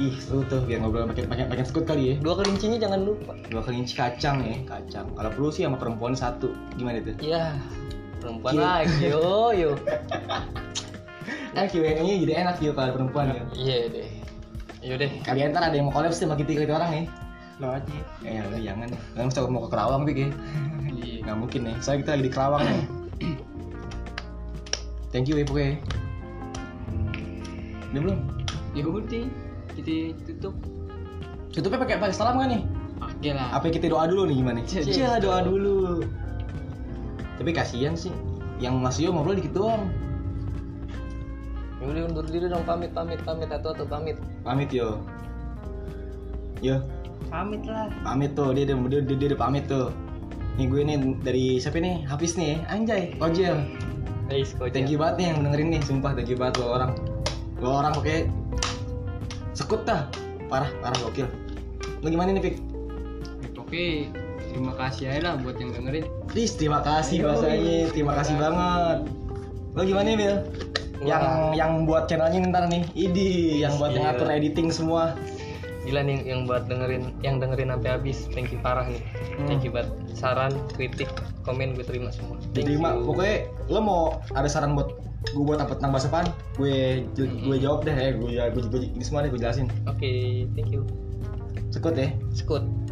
Speaker 2: ih seru tuh biar ngobrol pakai pakai pakai skut kali ya
Speaker 3: Dua kelincinya jangan lupa.
Speaker 2: dua kelinci kacang ya kacang kalau perlu sih sama perempuan satu gimana tuh
Speaker 3: Ya,
Speaker 2: Gil.
Speaker 3: perempuan lagi. Yo, yo.
Speaker 2: eh Q&A nya jadi enak ya kalau ada perempuan ya
Speaker 3: Iya deh. Yo deh.
Speaker 2: kalian ntar ada yang mau collab sih sama kita kita orang ya
Speaker 4: lo aja
Speaker 2: eh ya, jangan kalian mesti mau ke Kerawang Pik ya
Speaker 1: Iya.
Speaker 2: nggak mungkin nih soalnya kita lagi di Kerawang nih thank you ya pokoknya ini belum
Speaker 1: Ya udah, kita tutup.
Speaker 2: tutupnya pakai pakai salam kan nih
Speaker 1: Oke lah.
Speaker 2: apa kita doa dulu nih gimana
Speaker 1: Cie,
Speaker 2: Cia doa dulu tapi kasihan sih yang Mas Yo ngobrol dikit doang
Speaker 3: Yo udah undur diri dong pamit pamit pamit atau atau pamit.
Speaker 2: pamit yo yo
Speaker 4: pamit lah
Speaker 2: pamit tuh dia dia dia, dia, dia udah pamit tuh nih gue nih dari siapa nih Hafiz nih ya. anjay Ojel
Speaker 3: Guys, kau
Speaker 2: thank you banget nih yang dengerin nih sumpah thank you banget lo orang lo orang oke sekut dah parah parah gokil lo gimana nih Pik?
Speaker 1: Oke, terima kasih aja lah buat yang dengerin.
Speaker 2: Please terima kasih bahasanya terima kasih banget lo gimana nih Bil? yang yang buat channelnya ntar nih Idi yang buat
Speaker 3: Iya.
Speaker 2: ngatur editing semua
Speaker 3: Gila nih yang buat dengerin, yang dengerin sampai habis. Thank you parah nih.
Speaker 2: Hmm.
Speaker 3: Thank you buat saran, kritik, komen gue terima semua. Thank
Speaker 2: jadi mak
Speaker 3: you.
Speaker 2: pokoknya lo mau ada saran buat gue buat apa tentang bahasa apaan gue gue jawab deh eh gue gue, gue, gue- ini semua deh gue jelasin
Speaker 3: Oke, thank you.
Speaker 2: sekut ya
Speaker 3: Sekut.